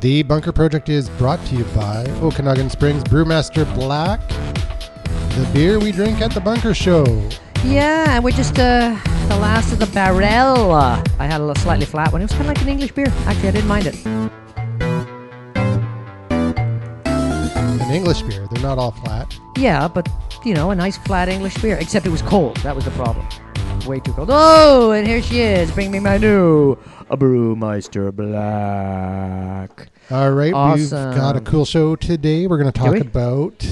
The Bunker Project is brought to you by Okanagan Springs Brewmaster Black, the beer we drink at the Bunker Show. Yeah, and we're just uh, the last of the barrel. I had a little slightly flat one. It was kind of like an English beer. Actually, I didn't mind it. An English beer, they're not all flat. Yeah, but you know, a nice flat English beer. Except it was cold. That was the problem. Way too cold. Oh, and here she is. Bring me my new Brewmeister Black. All right, Awesome. we've got a cool show today. We're going to talk we? about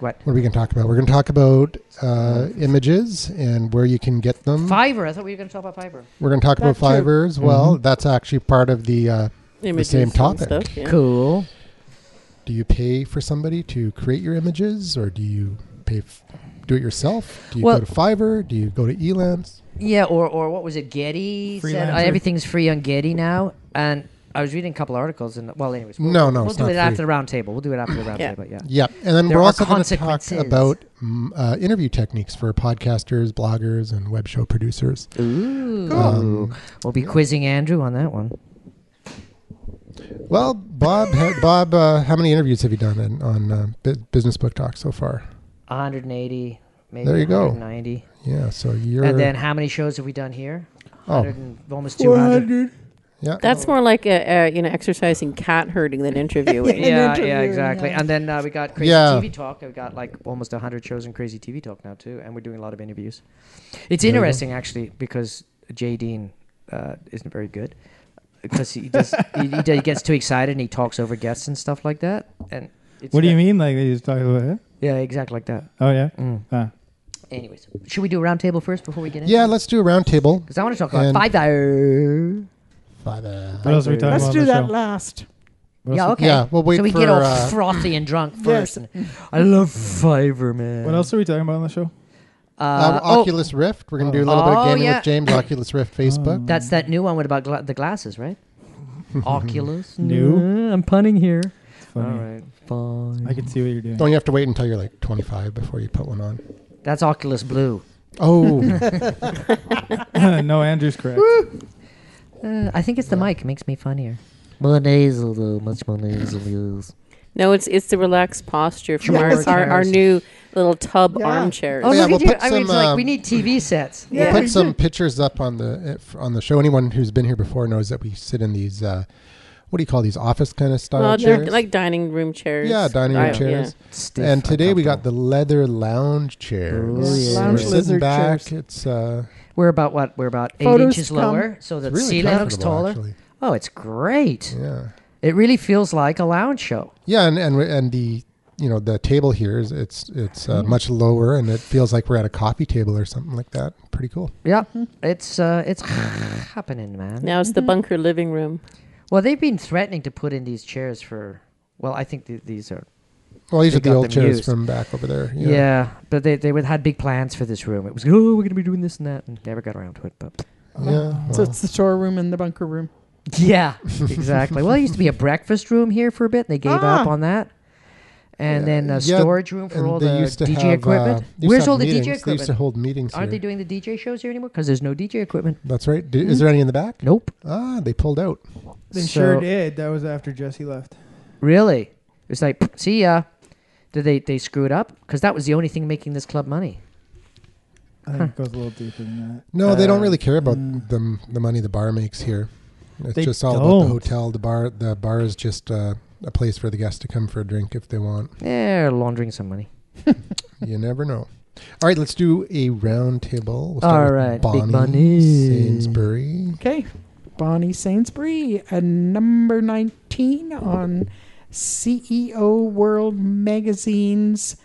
What? what are we going to talk about? We're going to talk about uh, images and where you can get them. Fiverr. I thought we were going to talk about Fiverr. We're going to talk about That too. Fiverr as well. Mm-hmm. That's actually part of the. Uh, images same and topic. stuff, yeah. Cool. do you pay for somebody to create your images, or do you pay f- do it yourself? Do you Well- go to Fiverr? Do you go to Elance? Yeah, or, or what was it? Getty said uh, Freelancer. everything's free on Getty now. And I was reading a couple articles. and Well, anyways. We'll, No, no, We'll it's do not it after free. the round table. We'll do it after the round Yeah. table. Yeah. Yeah, and then There we're are also going to talk consequences. about mm, uh, interview techniques for podcasters, bloggers, and web show producers. Ooh. Um, we'll be quizzing Andrew on that one. well, Bob, ha- Bob, uh, how many interviews have you done in, on uh, bu- Business Book Talk so far? 180, maybe There you go. 190. Yeah, so you're And then how many shows have we done here? Oh. 100 and almost 200. yeah. That's more like a, a you know exercising cat herding than interviewing. Yeah, yeah, exactly. And then uh, we got Crazy Yeah. TV Talk. We've got like almost 100 shows in Crazy TV Talk now, too. And we're doing a lot of interviews. It's interesting, actually, because Jay Dean uh, isn't very good. Because he does, he, he does- he gets too excited and he talks over guests and stuff like that. And it's What do you ve- mean? Like they just talk about it? Yeah, exactly like that. Mm. Oh yeah. Ah. Anyways, should we do a round table first before we get in? yeah, let's do a round table. Because I want to talk about And- five hour. Five, uh, What else are we talking Let's about? do on the that show? last. What Yeah, else- okay. Yeah, we'll wait so we for, get all uh, frothy and drunk Yes. first. and- I love Fiverr, man. What else are we talking about on the show? Mm-hmm. Uh, uh, oh, Oculus Rift. We're going to do a little bit Oh, of gaming yeah. with James. Oculus Rift Facebook. that's that new one. What about gla- the glasses, right? Oculus. New? Mm, I'm punning here. It's funny. All right, fine. I can see what you're doing. Don't you have to wait until you're like 25 before you put one on? That's Oculus Blue. Oh, no, Andrew's correct. Uh, I think it's the mic. Makes me funnier. More nasal, though. Much more nasal. No, it's it's the relaxed posture from our, Yes. our our new little tub Yeah. armchairs. Oh, yeah, look we'll at you. put I mean, it's some, like we um, need TV sets. Yeah. put some pictures up on the if- on the show. Anyone who's been here before knows that we sit in these uh, what do you call these office kind of style Well, they're chairs? like dining room chairs. yeah, dining room I- yeah. chairs. And today we got the leather lounge chairs. Ooh, yeah. We're Lounge sitting lizard back. chairs. It's uh, We're about what? We're about eight Photos inches come- lower, so it's the really sea looks comfortable, taller. Actually. Oh, it's great. Yeah, It really feels like a lounge show. yeah, and and and the you know the table here is it's it's uh, much lower, and it feels like we're at a coffee table or something like that. Pretty cool. Yeah, it's uh, it's happening, man. Now it's the bunker living room. Well, they've been threatening to put in these chairs for. Well, I think th- these are. Well, these They are the got old them chairs used. from back over there. Yeah, but they they would, had big plans for this room. It was oh, we're gonna be doing this and that, and never got around to it. But yeah. So well. it's the storeroom and the bunker room. yeah, exactly. Well, it used to be a breakfast room here for a bit, and they gave up Ah. on that. And Yeah, then a yeah, storage room for And all they the used to DJ have, uh, equipment. they used to Where's have all the meetings. DJ They used to equipment? hold meetings Aren't here. they Hmm. doing the DJ shows here anymore? Because there's no DJ equipment. That's right. Did, Is there any in the back? Nope. Ah, they pulled out. They So- sure did. That was after Jesse left. Really? It's like, "Pfft, see ya. Did they they screw it up? Because that was the only thing making this club money. I think it goes a little deeper than No, they don't Uh, really care about mm. the the money the bar makes here. It's They just all about the don't. hotel. The bar the bar is just uh, a place for the guests to come for a drink if they want. They're laundering some money. You never know. All right, let's do a round table. We'll All start right, with Bonnie Big Bunny. Sainsbury. Okay. Bonnie Sainsbury at number 19 on CEO World Magazine's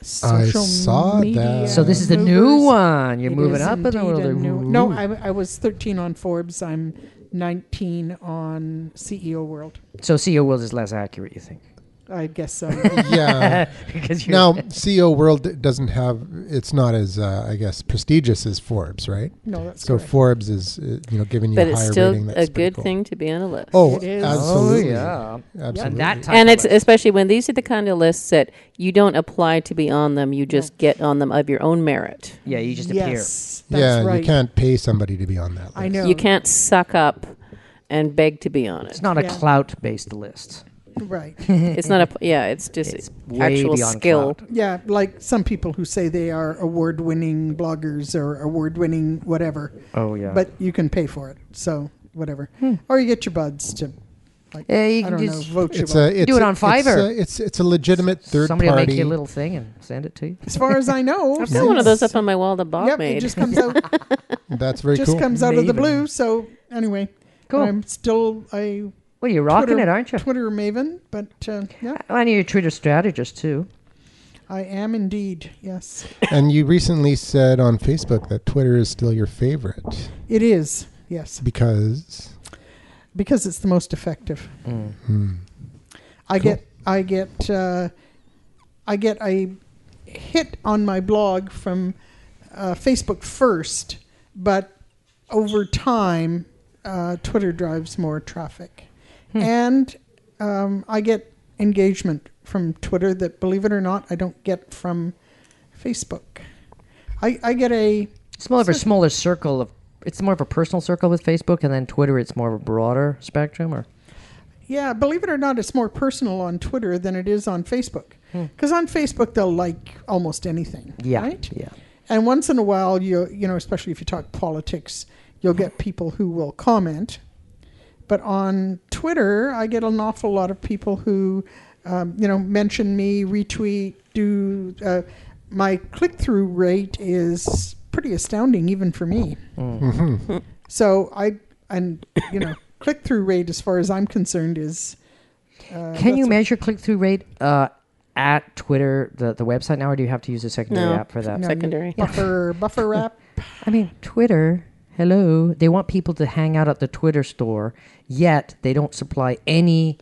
social saw media that. so this is the new movers. one. You're It moving is up in indeed the world. a of- new- no, Ooh. I, I was 13 on Forbes. I'm 19 on CEO World. so CEO World is less accurate, you think? I guess um, so. yeah. because you're, Now, CEO World doesn't have. It's not as uh, I guess prestigious as Forbes, right? No, that's So correct. Forbes is uh, you know giving you But a it's higher still rating. a That's pretty good cool. thing to be on a list. Oh, It is. Oh, absolutely. yeah. Absolutely. and that type and of it's list. especially when these are the kind of lists that you don't apply to be on them. You just get on them of your own merit. yeah, you just appear. yes, yeah, that's right. you can't pay somebody to be on that list. I know. You can't suck up and beg to be on It's it. not a Yeah. clout-based list. Right. It's not a yeah. It's just It's way actual beyond skill. clout. Yeah, like some people who say they are award winning bloggers or award winning whatever, Oh yeah. but you can pay for it. So, whatever. Hmm. Or you get your buds to, like, Yeah, you I can don't know, just- vote your It's buds. a, it's Do it a- on it's Fiverr. a- It's, it's, a legitimate third Somebody will party. make you a little thing and send it to you. As far as I know, I've got one of since- those up on my wall that Bob Yep, made. it just comes out That's very just cool. comes out of the Maven. blue. So anyway, Cool. I'm still a well, you're rocking Twitter- it, aren't you? Twitter maven, but uh, yeah, I need a Twitter strategist too. I am indeed. Yes, and you recently said on Facebook that Twitter is still your favorite it is. Yes, because. because it's the most effective. Hmm. I Cool. get I get uh, I get a hit on my blog from uh, Facebook first, but over time, uh, Twitter drives more traffic, and um, I get engagement from Twitter that, believe it or not, I don't get from Facebook. I, I get a It's more of a smaller circle of. It's more of a personal circle with Facebook, and then Twitter. It's more of a broader spectrum, or Yeah, believe it or not, it's more personal on Twitter than it is on Facebook. Because on Facebook, they'll like almost anything. yeah, Right? yeah. And once in a while, you you know, especially if you talk politics, you'll get people who will comment. But on Twitter, I get an awful lot of people who, um, you know, mention me, retweet, do. Uh, my click through rate is pretty astounding, even for me. So I and you know, click through rate, as far as I'm concerned, is. Uh, Can you that's- measure click through rate uh, at Twitter, the, the website now, or do you have to use a secondary No. app for that? No, you- secondary. buffer buffer wrap? I mean, Twitter, hello, they want people to hang out at the Twitter store, yet they don't supply any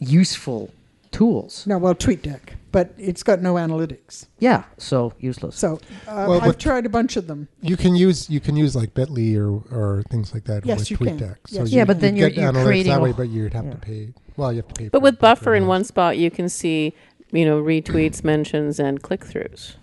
useful tools. No, well, TweetDeck, but it's got no analytics. Yeah, so useless. So uh, Well, I've with- tried a bunch of them. You can use you can use like Bitly or or things like that Yes, with you TweetDeck. can. So Yes. you, Yeah, but you then you're- get you're analytics creating that a way, wh- but you'd have yeah. to pay. Well, you have to pay. But for with it, but buffer in yeah. one spot, you can see you know retweets, mentions, and click throughs.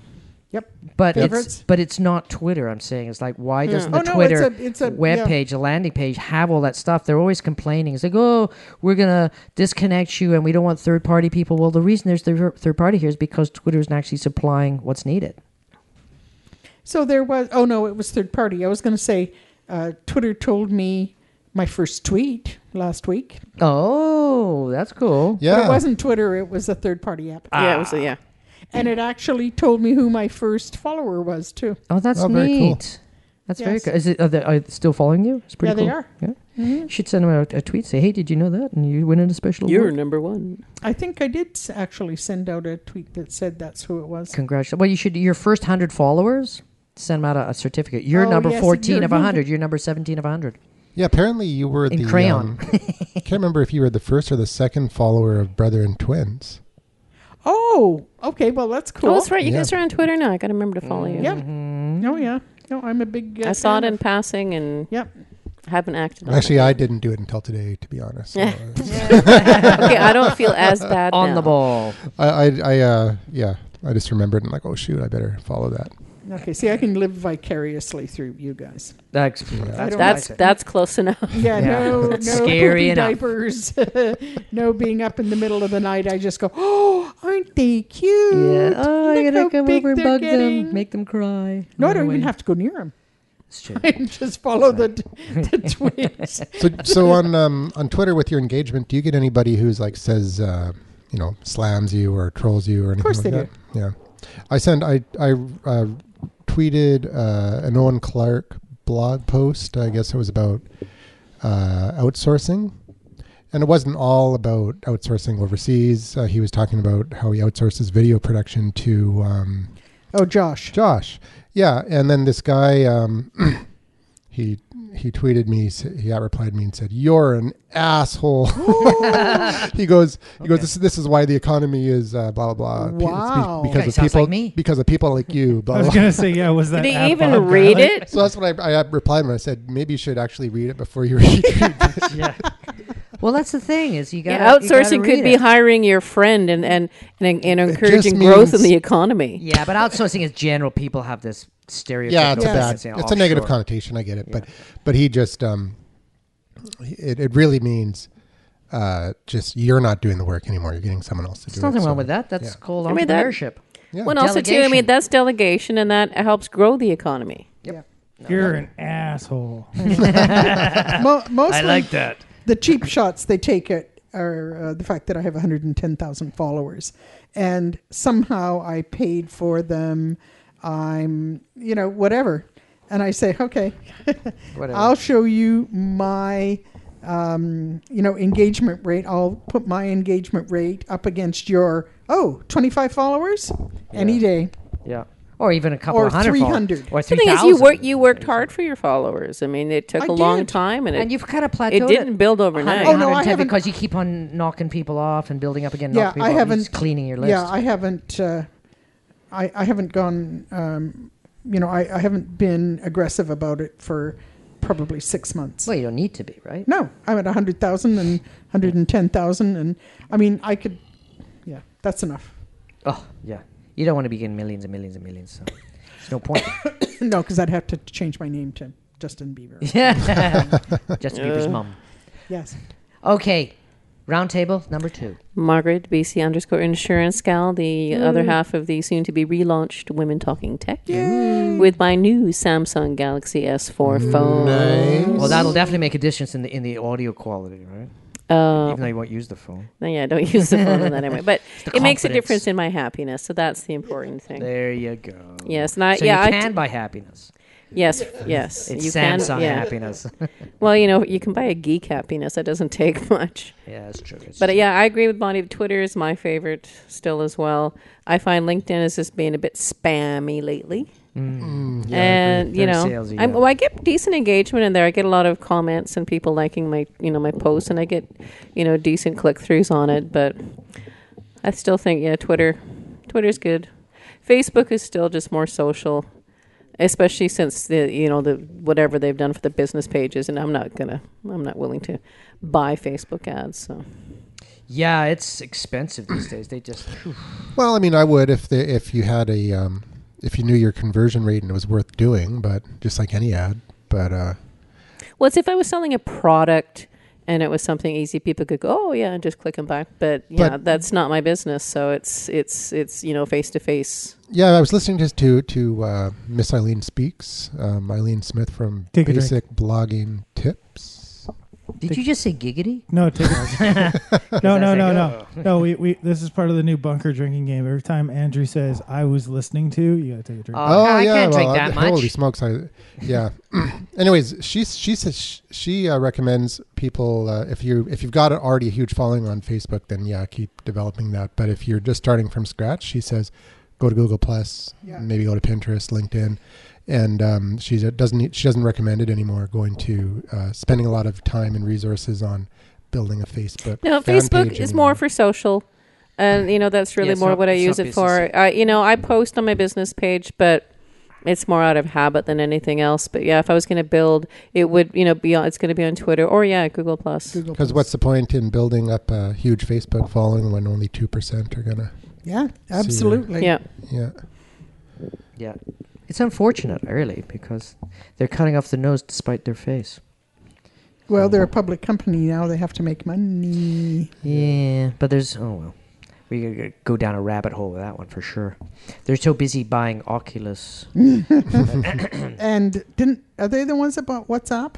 but it's Favorites? but it's not Twitter. I'm saying it's like why doesn't Oh the no, Twitter it's a it's a web yeah. page, a landing page, have all that stuff? They're always complaining. It's like, oh, we're gonna disconnect you, and we don't want third party people. Well, the reason there's third third party here is because Twitter isn't actually supplying what's needed. So there was. Oh no, it was third party. I was going to say, uh, Twitter told me my first tweet last week. Oh, that's cool. But Yeah. it wasn't Twitter. It was a third party app, Yeah, it was a, yeah. and it actually told me who my first follower was too. Oh, that's Oh, neat. very cool. That's very Yes. cool. Is it are they, are they still following you? It's pretty yeah, they cool. are. Mm-hmm. You should send them a, a tweet. Say, hey, did you know that? And you win in a special. You're award. number one. I think I did s- actually send out a tweet that said that's who it was. Congratulations. Well, you should, your first 100 followers, send them out a, a certificate. You're Oh, number yes, 14 you're- of 100. You're number 17 of 100. Yeah, apparently you were In the crayon. um, I can't remember if you were the first or the second follower of Brother and Twins. Oh, okay. Well, that's cool. Oh, that's right. You Yeah. guys are on Twitter now. I got to remember to follow you. Mm, Yep. Mm-hmm. No, yeah. No, I'm a big. Uh, I saw it fan in of- passing and Yep. haven't acted. on Actually, it. I didn't do it until today, to be honest. So, uh, okay, I don't feel as bad On the now. ball. I, I, I, uh, yeah, I just remembered and like, oh shoot, I better follow that. Okay. See, I can live vicariously through you guys. That's, I that's, don't That's that's, that's close enough. Yeah, Yeah. no, no Scary poopy enough. diapers, no being up in the middle of the night. I just go, oh, aren't they cute? yeah. Oh, I Look gotta how come big over and they're bug them, getting." make them cry. no, I don't Run even away. have to go near them. It's true. I just follow the, the twins. So, so on um, on Twitter with your engagement, do you get anybody who's like says, uh, you know, slams you or trolls you or anything course like they that? Yeah, I sent I I uh, tweeted uh, an Owen Clark blog post. I guess it was about uh, outsourcing, and it wasn't all about outsourcing overseas. Uh, he was talking about how he outsources video production to um, Oh, Josh. Josh. Yeah, and then this guy, um, he he tweeted me. s- He out replied me and said, "You're an asshole." he goes, he goes. This, this is why the economy is uh, blah blah blah. P- it's be- Wow. because Okay, of sounds people, like me. because of people like you. I Blah. was blah. gonna say, yeah, was that? Oh. Did he app even on that? read it? So that's what I, I replied him. I said, maybe you should actually read it before you read. yeah. Well, that's the thing is you Yeah, got outsourcing could be hiring your friend and and and, and encouraging just growth in means- the economy. Yeah, but outsourcing is general. People have this stereotypical. yeah, it's Yeah. a bad. thing, you know, It's a negative offshore. connotation. I get it, but but he just um, It, it really means uh, just you're not doing the work anymore. You're getting someone else to do There's it. nothing so- wrong with that. That's yeah. called I mean, that- entrepreneurship. Yeah. Well, and also too, I mean, Delegation. that's delegation, and that helps grow the economy. You're an asshole. Mo- mostly that. the cheap shots they take at are uh, the fact that I have 110,000 followers, and somehow I paid for them. I'm, you know, whatever, and I say, okay, Whatever. I'll show you my, um, you know, engagement rate. I'll put my engagement rate up against your oh 25 followers any Yeah. day. yeah. Or even a couple Or of hundred. followers. 300. Or The three thing thousand. is, you work you worked hard for your followers. I mean, it took I a long did. time, and it And you've kind of plateaued. it didn't build overnight. Oh, no, I haven't- because you keep on knocking people off and building up again. Yeah, knocking people I off, haven't- just cleaning your list. Yeah, I haven't. Uh, I I haven't gone. Um, you know, I, I haven't been aggressive about it for probably six months. well, you don't need to be, right? no, I'm at 100,000 and 110,000, and I mean, I could. Yeah, that's enough. Oh, yeah. You don't want to be getting millions and millions and millions. So it's no point. no, because I'd have to change my name to Justin Bieber. Yeah. Justin Bieber's Yeah. mom. yes. Okay. Round table number two. Margaret BC underscore Insurance Gal, the Mm. other half of the soon-to-be relaunched Women Talking Tech, with my new Samsung Galaxy S4 phone. Nice. Well, that'll definitely make a difference in the in the audio quality, right? Uh, Even though you won't use the phone. No, yeah, don't use the phone in that anyway. But the it makes a confidence. difference in my happiness, so that's the important thing. There you go. Yes, and I- so yeah, I you d- can buy happiness. Yes, yes, It's you can. Samsung yeah. happiness. Well, you know, you can buy a geek happiness. That doesn't take much. yeah, that's true. It's But uh, yeah, I agree with Bonnie. Twitter is my favorite still as well. I find LinkedIn is just being a bit spammy lately, Mm. and you Very know, salesy, I'm, yeah. well, I get decent engagement in there. I get a lot of comments and people liking my you know my posts, and I get you know decent click throughs on it. But I still think yeah, Twitter, Twitter's good. Facebook is still just more social, especially since the you know the whatever they've done for the business pages, and I'm not gonna, I'm not willing to buy Facebook ads. So. Yeah, it's expensive these days. They just Well, I mean, I would if the if you had a um, if you knew your conversion rate and it was worth doing, but just like any ad. But uh, Well, it's if I was selling a product and it was something easy, people could go, "Oh yeah," and just click and buy. But yeah, But- that's not my business. So it's it's it's you know face to face. yeah, I was listening just to to uh, Miss Eileen speaks, um, Eileen Smith from Take a drink. Basic Blogging Tips. Did you just say giggity? No, take it. no, no, That's no, like, no, no. We, we this is part of the new bunker drinking game. Every time Andrew says "I was listening to," you gotta take a drink. Uh, Oh, I can't drink that I- Holy much. smokes! I, yeah. Anyways, she she says sh- she uh, recommends people uh, if you if you've got already a huge following on Facebook, then yeah, keep developing that. But if you're just starting from scratch, she says go to Google Plus, Yeah. maybe go to Pinterest, LinkedIn, and um, she doesn't need- she doesn't recommend it anymore. Going to uh, spending a lot of time and resources on building a Facebook. No, fan Facebook page is anymore. more for social, and you know that's really Yeah, it's more not- what I it's use not it for. I, you know, I post on my business page, but it's more out of habit than anything else. But yeah, if I was going to build, it would you know be on, it's going to be on Twitter or yeah, Google Plus. Google. Because Plus. what's the point in building up a huge Facebook following when only two percent are gonna? Yeah, absolutely. Yeah, Yeah. Yeah, it's unfortunate, really, because they're cutting off the nose despite their face. Well, they're a public company now. They have to make money. Yeah, but there's oh well, we could go- go down a rabbit hole with that one for sure. They're so busy buying Oculus. And didn't are they the ones that bought WhatsApp?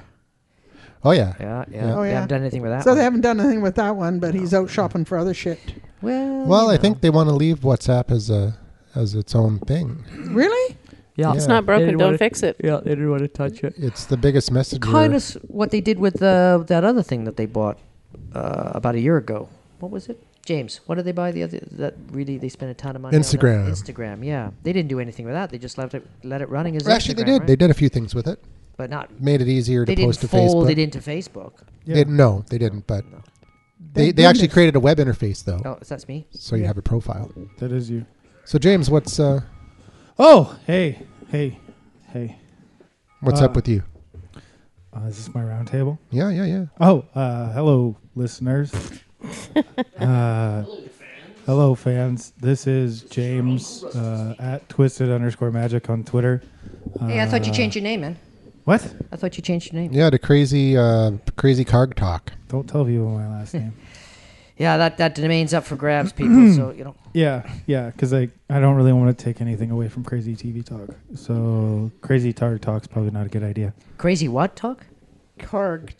Oh yeah. Yeah, yeah. Yeah. Oh, They yeah. haven't done anything with that. So one. they haven't done anything with that one, but he's out shopping for other shit. well. Well, you I know. think they want to leave WhatsApp as a as its own thing. Really? Yeah. it's Yeah. not broken. didn't Don't wanna- fix it. Yeah, they didn't want to touch it. It's the biggest messenger. Kind of what they did with uh, that other thing that they bought uh, about a year ago. What was it, James? What did they buy the other that really they spent a ton of money? on that? Instagram. Instagram. Yeah, they didn't do anything with that. They just left it, let it running as Actually, they Instagram, did. right? They did a few things with it. but not. Made it easier They to didn't post to fold Facebook. it into Facebook. They- no, they didn't. But No. they, Thank they actually goodness. created a web interface though, Oh, is that me? so you have a profile. that is you. So James, what's uh, Oh, hey, hey, hey. what's Uh, up with you? Uh, is this my round table? Yeah, yeah, yeah. Oh, uh, hello, listeners. uh, hello, fans. This is James uh, at twisted underscore magic on Twitter. Hey, I thought you changed your name, man. What? Uh, I thought you changed your name. Yeah, to crazy, uh, crazy Karg talk. Don't tell people my last name. Yeah, that, that domain's up for grabs, people. so, you know, Yeah, yeah, because I I don't really want to take anything away from Crazy TV Talk. So Crazy Talk Talk's probably not a good idea. crazy what talk? Carg.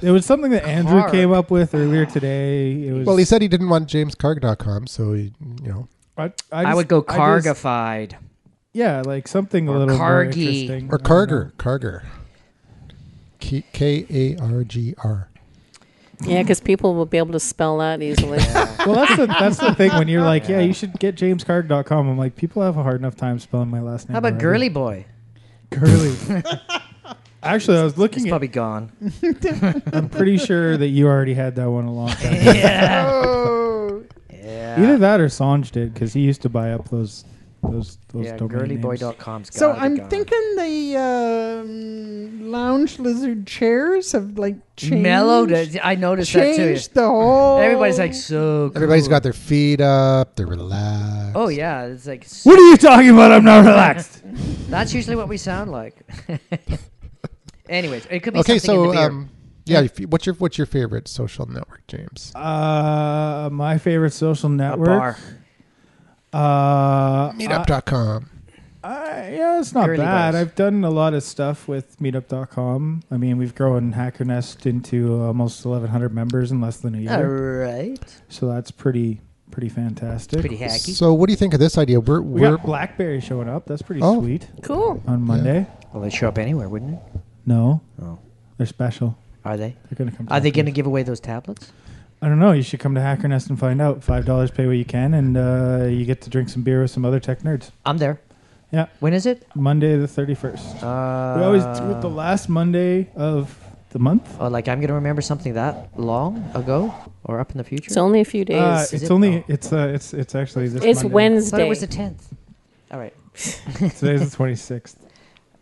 It was something that Andrew Carg. came up with earlier today. It was Well, he said he didn't want JamesKarg.com, so he, you know, I, I I, just- would go I just- cargified. yeah, like something a Or little more Cargy. interesting. or I don't know. Karger, Karger, K A R G R. Yeah, because people will be able to spell that easily. Well, that's the that's the thing when you're like, yeah, you should get JamesCarg.com. I'm like, people have a hard enough time spelling my last name. How about girly already. boy? Girly. Actually, I was It's looking. At, probably gone. I'm pretty sure that you already had that one a long time. ago. yeah. Oh, yeah. Either that or Sanj did because he used to buy up those those those yeah, domain names. girlyboy.com's so gotta be I'm gone. thinking the um, lounge lizard chairs have like changed. Mellowed it. I noticed that too. Changed the whole. Everybody's like so. Cool. Everybody's got their feet up. They're relaxed. Oh yeah, it's like s- What are you talking about? I'm not relaxed. that's usually what we sound like. Anyways, it could be Okay, something in so the beer. um, yeah, if you- what's your what's your favorite social network, James? uh, my favorite social a network. bar. Uh, I, Meetup.com. I- yeah, it's not Girly bad. boys. I've done a lot of stuff with Meetup.com. I mean, we've grown Hacker Nest into almost 1,100 members in less than a All year, right, so that's pretty pretty fantastic. pretty hacky. So, what do you think of this idea? We're we we're got BlackBerry showing up. That's pretty Oh. sweet cool. on Monday. Well, they show up anywhere, wouldn't it? No, Oh, they're special. are they? They're gonna come. Are they talk to going to us. give away those tablets? I don't know. You should come to Hacker Nest and find out. Five dollars, pay what you can, and uh, you get to drink some beer with some other tech nerds. I'm there. Yeah. When is it? Monday the thirty first. Uh, we always do it the last Monday of the month. Oh, like I'm going to remember something that long ago or up in the future. It's only a few days. Uh, Is it's it? only Oh. it's uh, it's it's actually this. it's Monday. I thought Wednesday. it was the tenth. All right. Today's the twenty sixth.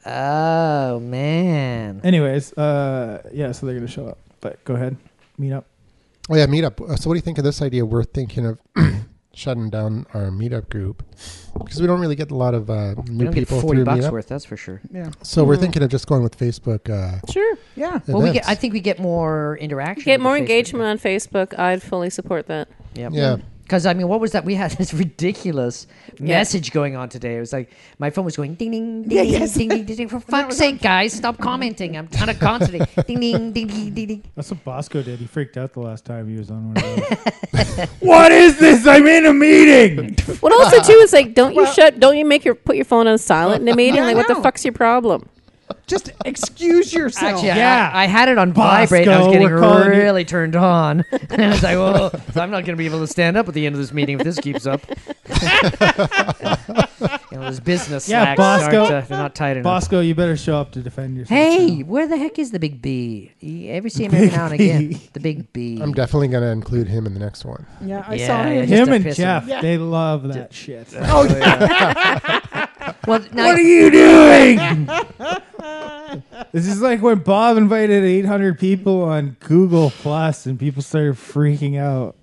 Oh man. Anyways, uh, yeah. So they're gonna show up. But go ahead, meet up. oh yeah, Meetup. Uh, So, what do you think of this idea? We're thinking of shutting down our Meetup group because we don't really get a lot of uh, We new don't get people forty through bucks Meetup. worth, that's for sure. Yeah. So, we're Mhm. thinking of just going with Facebook. Uh, sure. Yeah. Well, we get, events. I think we get more interaction. Get with more the Facebook. engagement on Facebook. I'd fully support that. Yeah. yeah, Because I mean, what was that? We had this ridiculous Yeah. message going on today. It was like my phone was going ding ding ding Yeah, ding, yes. ding ding ding ding. For fuck's sake, guys, stop commenting. I'm trying to concentrate. ding ding ding ding ding. ding. That's what Bosco did. He freaked out the last time he was on one of those. what is this? I'm in a meeting. What also too is like, don't you shut? Don't you make your put your phone on silent in a meeting? Yeah, I like, what the know. fuck's your problem? Just excuse yourself. Actually, Yeah. yeah. I, I had it on vibrate. and I was Bosco, getting we're calling you. really turned on. and I was like, "Whoa, so I'm not going to be able to stand up at the end of this meeting if this keeps up." you know, those business Yeah, slacks aren't, Bosco. uh, they're not tight enough. Bosco, you better show up to defend yourself. Hey, now. where the heck is the big B? You ever see him every now and again? The big B. I'm definitely going to include him in the next one. yeah, I Yeah, saw yeah, him. just him a and piss Jeff, off. Yeah. they love that shit. Oh, yeah. well, now What are you doing? this is like when Bob invited 800 people on Google Plus and people started freaking out.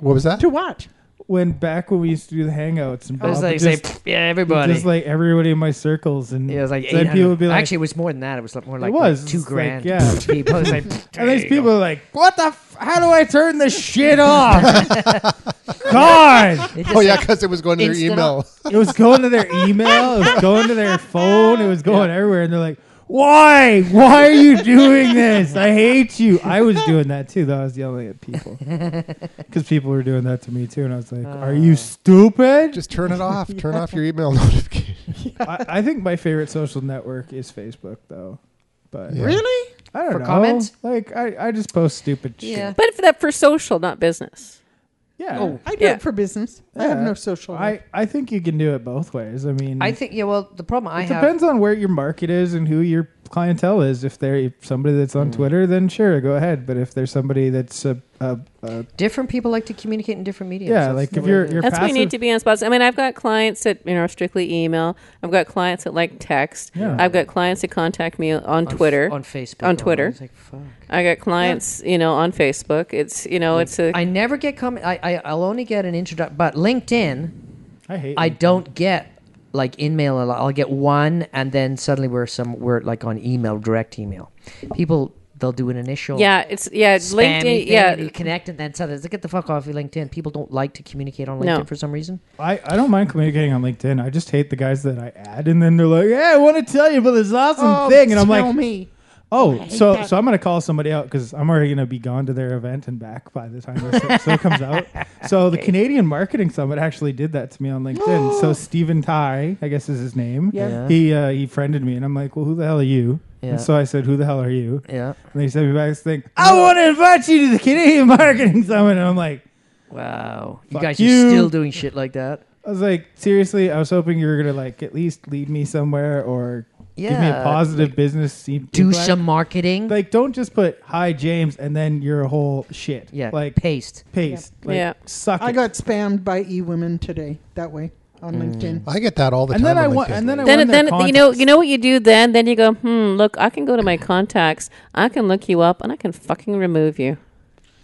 What was that? To what? When back when we used to do the hangouts and I Bob was like, would say, just, "Pff, yeah, everybody. just like everybody in my circles and yeah, it was like then 800. people would be like, Actually, it was more than that. It was like more like was. two It's like, grand. yeah. for people. It was like, "Pff, and these there you people go." are like, what the? F- how do I turn this shit off? God, It just Oh like- yeah, because it was going to your Instant email. it was going to their email, it was going to their phone, it was going everywhere, and they're like. Why? Why are you doing this? I hate you. I was doing that too, though. I was yelling at people because people were doing that to me too, and I was like, "Are Uh. you stupid?" Just turn it off. Turn off your email notification. I, I think my favorite social network is Facebook, though. But Yeah. Really? I don't For know. comments? Like I, I just post stupid Yeah. shit. But for that for social, not business. Yeah. Oh, I do Yeah. it for business. I have Yeah. no social. life. I, I think you can do it both ways. I mean, I think, yeah, well, the problem I it have. depends on where your market is and who your clientele is. If they're somebody that's Mm. on Twitter, then sure, go ahead. But if there's somebody that's a, a, a Different people like to communicate in different mediums. yeah, That's like the if way you're it you're is. That's passive, why you need to be on spots. I mean, I've got clients that you know are strictly email. I've got clients that like text. Yeah. I've got clients that contact me on, f- Twitter. on Facebook, On Twitter. It's like, fuck. I got clients, you know, on Facebook. It's you know, Oh, it's a Mm. I never get comment. I, I I'll only get an introduction, but LinkedIn, I hate. I LinkedIn. don't get like in mail a lot. I'll get one, and then suddenly we're some we're like on email, direct email. People they'll do an initial Yeah, it's yeah, spammy LinkedIn. thing, Yeah, and you connect, and then suddenly it's like, get the fuck off of LinkedIn. People don't like to communicate on LinkedIn No. for some reason. I, I don't mind communicating on LinkedIn. I just hate the guys that I add and then they're like, "Hey, I want to tell you about this awesome Oh, thing," and I'm tell like, me. "Oh, so that. so I'm gonna call somebody out because I'm already gonna be gone to their event and back by the time this episode comes out." So the Canadian Marketing Summit actually did that to me on LinkedIn. so Stephen Ty, I guess is his name. Yeah. Yeah. He uh, he friended me, and I'm like, "Well, who the hell are you?" Yeah. And so I said, "Who the hell are you?" Yeah. And they sent me back this thing. I want to invite you to the Canadian Marketing Summit, and I'm like. Wow. you Fuck guys you. are still doing shit like that. I was like, seriously, I was hoping you were gonna like at least lead me somewhere or give me Yeah, a positive business. Seed Do feedback. some marketing. like, don't just put "Hi James" and then your whole shit. yeah. like paste. paste. Like, Yeah. suck. I it. got spammed by e women today that way Mm. on LinkedIn. I get that all the And time. then I on want- LinkedIn. and then I then want their then you know contacts. you know what you do then then you go hmm look I can go to my contacts I can look you up and I can fucking remove you.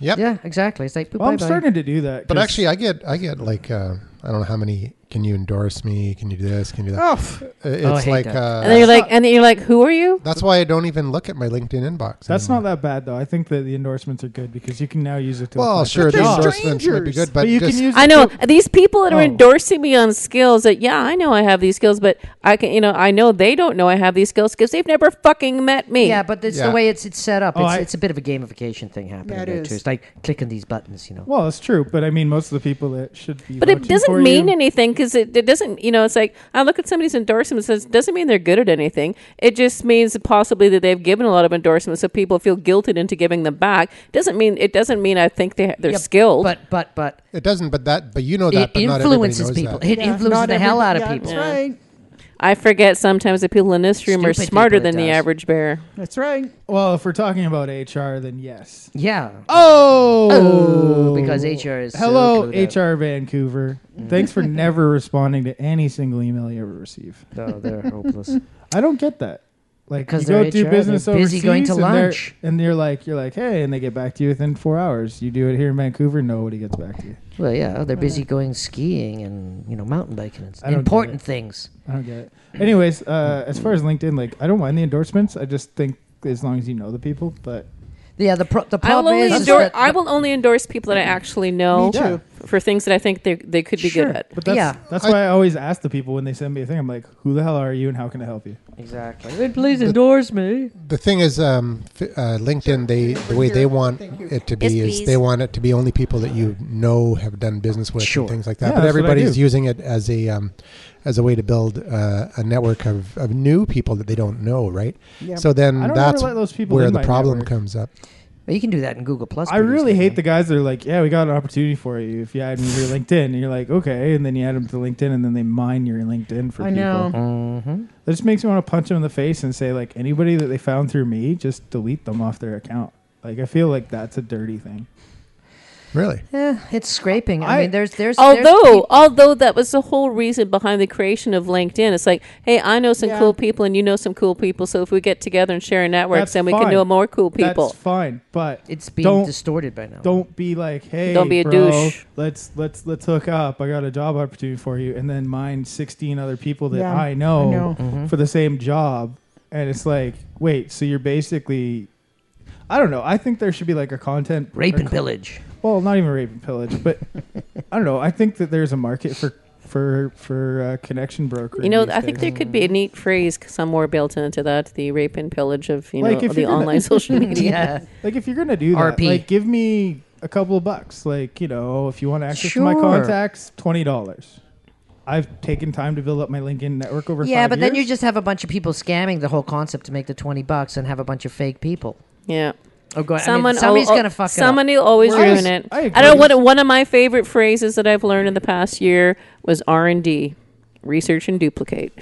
yep. Yeah, exactly. It's like, Well, I'm bye-bye. starting to do that. But 'cause actually, I get I get like uh, I don't know how many. Can you endorse me? Can you do this? Can you do that? Oh, f- Uh, It's I hate like that. Uh, And then you're like and then you're like who are you? that's why I don't even look at my LinkedIn inbox. that's anymore. not that bad though. I think that the endorsements are good because you can now use it to. apply Well, for sure, the they're jobs. straight- endorsements might be strangers. good, but but you just can use. I it know to- these people that Oh. are endorsing me on skills that yeah, I know I have these skills, but I can you know I know they don't know I have these skills because they've never fucking met me. Yeah, but it's Yeah. the way it's it's set up. Oh, it's, I- it's a bit of a gamification thing happening Yeah, it there is. too. It's like clicking these buttons, you know. Well, that's true, but I mean, most of the people that should be. but it vouching doesn't for mean you- anything because it, it doesn't you know it's like I look at somebody's endorsement says it doesn't mean they're good at anything. It just means possibly that they've given a lot of endorsements, so people feel guilted into giving them back. Doesn't mean it doesn't mean I think they they're Yeah, skilled. But but but it doesn't. But that, but you know Oh, that, it but not everybody influences knows people. that. It yeah, influences not the hell out everybody- of yeah, people. That's right. I forget sometimes that people in this room are Stupid smarter people, it than the does. average bear. That's right. Well, if we're talking about HR, then yes. Yeah. Oh, Oh, because HR is so hello clued up. HR Vancouver. Thanks for never responding to any single email you ever receive. No, they're hopeless. I don't get that. Like Because you go they're do HR, business they're busy overseas going to and they're- lunch. and you're like you're like hey, and they get back to you within four hours. You do it here in Vancouver, nobody gets back to you. Well, yeah, oh, they're busy going skiing and you know mountain biking and s- I don't get important it. things. I don't get it. Anyways, uh, as far as LinkedIn, like I don't mind the endorsements. I just think as long as you know the people, but Yeah, the pro- the I will, problem only is, is endorse, that I will only endorse people that I actually know. Me too. Yeah. for things that I think they they could be good at. But that's, Yeah. that's I- why I always ask the people when they send me a thing. I'm like, who the hell are you, and how can I help you? exactly. Please endorse me. The thing is, um, f- uh, LinkedIn, they the way they want Thank you. it to be Yes, is please. they want it to be only people that you know have done business with Sure. and things like that. Yeah, but that's what I everybody's do. using it as a um, as a way to build uh, a network of, of new people that they don't know, right? Yeah. So then I don't that's ever let those people where in the my problem network. comes up. Well, you can do that in Google Plus. I pretty really easily. hate the guys that are like, yeah, we got an opportunity for you if you add me to your LinkedIn. And you're like, okay. And then you add them to LinkedIn and then they mine your LinkedIn for I people. know. Mhm. That just makes me want to punch them in the face and say, like, anybody that they found through me, just delete them off their account. Like, I feel like that's a dirty thing. Really? Yeah, it's scraping. I, I- mean, there's there's there's Although, although that was the whole reason behind the creation of LinkedIn. It's like, hey, I know some Yeah. cool people, and you know some cool people. So if we get together and share a network, That's then we fine. can know more cool people. That's fine. But It's being Don't- distorted by now. don't be like, hey, Don't be a bro, douche. Let's let's let's hook up. I got a job opportunity for you, and then mine sixteen other people that Yeah, I know, I know. Mm-hmm. for the same job, and it's like, wait, so you're basically, I don't know. I think there should be like a content rape or and co- pillage. Well, not even rape and pillage, but I don't know. I think that there's a market for for for uh, connection brokering. you know, these I think days. there could be a neat phrase somewhere built into that: the rape and pillage of you know Like, if of the you're gonna- online social media. Yeah, Like if you're gonna do that, RP. like give me a couple of bucks. Like you know, if you want access to my Sure. contacts, twenty dollars. I've taken time to build up my LinkedIn network over. yeah, five but then you years. just have a bunch of people scamming the whole concept to make the twenty bucks and have a bunch of fake people. yeah. Or go, I Someone, mean, somebody's al- gonna fuck someone it will always Whereas- ruin it. I I, agree. don't. One, one of my favorite phrases that I've learned in the past year was R and D, research and duplicate.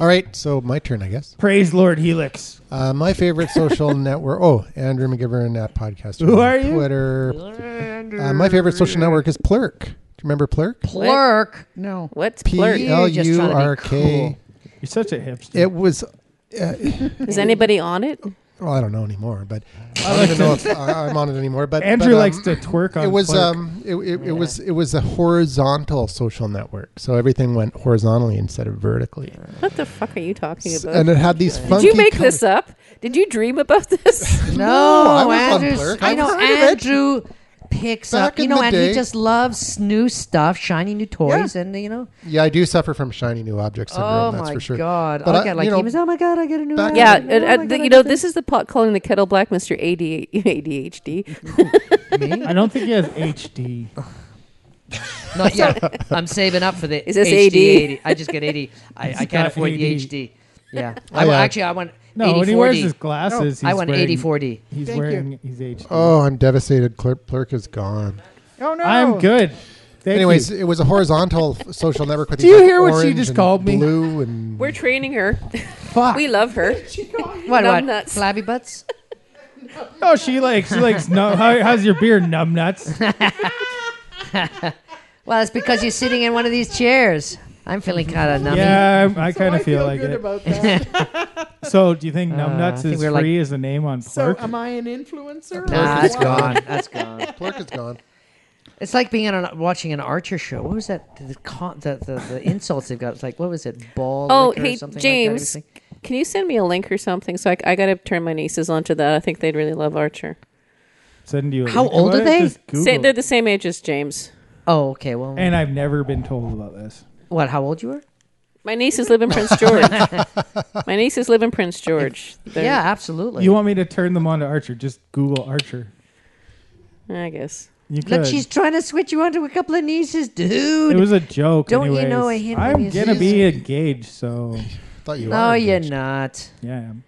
All right, so my turn, I guess. praise Lord Helix. Uh, my favorite social network. Oh, Andrew McGivern at podcast. Who are you? Twitter. Uh, my favorite social network is Plurk. Do you remember Plurk? up. Plurk. No. What's P plurk? L You're just U trying to be R K. cool. You're such a hipster. It was. Uh, Is anybody on it? Well, I don't know anymore, but I I don't like even know if I, I'm on it anymore. But Andrew but, um, likes to twerk on. It was Clark. um, it, it, Yeah. it was it was a horizontal social network, so everything went horizontally instead of vertically, What the fuck are you talking S- about? and it had these. Did Funky Did you make col- this up? Did you dream about this? No, I was on Andrew's- Blurk. I I've know heard of it. Andrew picks Back up. You in know, the and day. he just loves new stuff, shiny new toys, and you know. Yeah, I do suffer from shiny new objects syndrome. oh that's my for sure. god! But I'll I- get like you know, emails. Oh my god! I get a new. back one. in yeah, Oh and, my and God, the- I you get know, a- this is the pot calling the kettle black, Mister ADHD. Me? I don't think he has HD. Not yet. I'm saving up for the. Is this HD? AD? I just get AD. I, I got can't afford the AD. HD. Yeah. Oh, I, yeah. Actually, I want. No, 80, when he wears 40. his glasses, I he's want wearing, 80-40. He's Thank you. wearing. He's HD. Oh, I'm devastated. Clerk, Plurk is gone. Oh no! I'm good. Thank Anyways, you. it was a horizontal f- social network with Do these, you like, hear what she orange just and called me? Blue and We're training her. fuck. We love her. What? Numb What? nuts. Flabby butts. No, Oh, she likes. She likes. Num- how, how's your beer, numb nuts? Well, it's because you're sitting in one of these chairs. I'm feeling kind of numb. yeah, I'm- I, So kind I of feel, like good it. about that. So, do you think Uh, numb I nuts think is we're free like- as a name on so um, Plurk? am I an Nah, influencer? Plurk that's is gone. That's gone. Plurk is gone. It's like being on a, watching an Archer show. What was that? The, con- the, the, the insults they've got. It's like what was it? Ball. Oh, liquor or hey, something like that, it was James, like- can you send me a link or something? So I, I got to turn my nieces onto that. I think they'd really love Archer. Send you. A How link. old What are if they? just Say, Google? they're the same age as James. oh, okay. Well, and I've never been told about this. what? How old you were? My nieces live in Prince George. my nieces live in Prince George. They're- yeah, absolutely. You want me to turn them on to Archer? Just Google Archer. I guess. You could. Look, she's trying to switch you onto a couple of nieces, dude. it was a joke. Don't you anyways. know I hate when I'm you gonna say be engaged, so Thought you. no, were you're engaged. not. yeah. I am.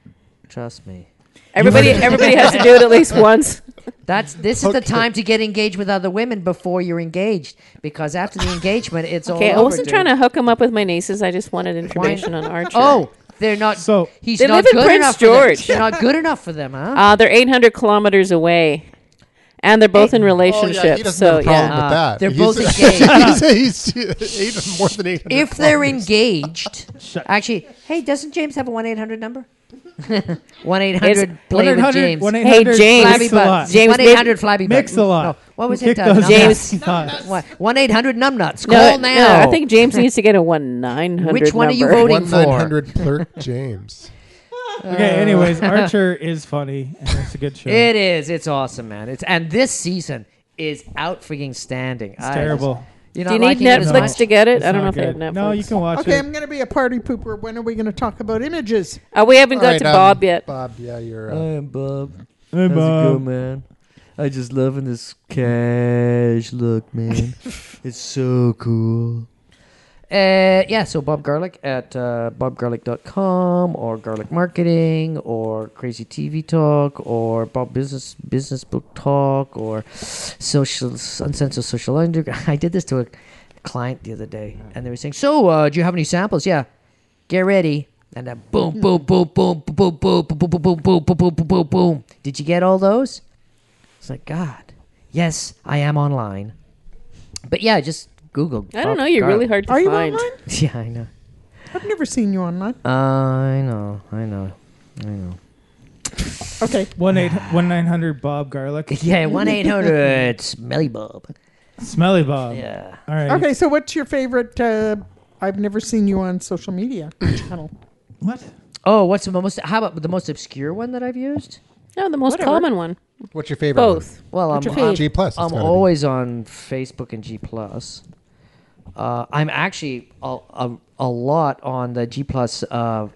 Trust me. Everybody, everybody has to do it at least once. That's this is the time to get engaged with other women before you're engaged, because after the engagement, it's all. Okay, I over, wasn't dude. trying to hook them up with my nieces. I just wanted information on Archer. Oh, they're not. So he's They not live in good Prince enough for them. George. They're not good enough for them, huh? uh, they're 800 kilometers away, and they're both in relationships. Oh, yeah, he doesn't so have a problem yeah, Uh, with that. they're He's- both engaged. he's eight, more than eight hundred. if they're kilometers. engaged, actually, hey, doesn't James have a one eight hundred number? One eight hundred play with James. 1-800 James. Flabby Mix a lot. butts. James, One eight hundred flabby butts. Mix a lot. No, what was Kick it? Uh, those James. nasty thoughts. One eight hundred numbnuts. no, Call no, now. I think James needs to get a one nine hundred. Which one are you voting? one voting for. nine hundred Plurk James. Okay. Anyways, Archer is funny and it's a good show. it is. It's awesome, man. It's and this season is out freaking standing. it's terrible. you Do you need Netflix to get it? It's I don't know not if they have good. Netflix. No, you can watch Okay, it. I'm going to be a party pooper. When are we going to talk about images? Uh, we haven't All got right, to um, Bob yet. Bob, yeah, you're. Uh, I'm Bob. Hey, How's it Bob. going, man? I just loving this cash look, man. it's so cool. Uh, yeah, so Bob Garlic at uh, bobgarlic.com or Garlic Marketing or Crazy TV Talk or Bob Business Business Book Talk or Social Uncensored Social Underground. I did this to a client the other day and they were saying, So, uh, do you have any samples? Yeah, get ready. And then Hmm. boom, boom, boom, boom, boom, boom, boom, boom, boom, boom, boom, boom, boom, boom, boom, boom. Did you get all those? It's like, God, yes, I am online. But yeah, just Google. I don't Bob know. You're Garlic. really hard to Are you find. online? Yeah, I know. I've never seen you online. I know. I know. I know. Okay. One eight one nine hundred Bob Garlic. Yeah, one eight hundred smelly bulb. Smelly Bob. Yeah. All right. Okay, so what's your favorite? Uh, I've never seen you on social media channel. What? Oh, what's the most? How about the most obscure one that I've used? No, the most Whatever. common one. what's your favorite? one? Both. Well, I'm What's your I'm, favorite? G plus. it's I'm gotta be. always on Facebook and G Plus. Uh, I'm actually a, a, a lot on the G Plus uh,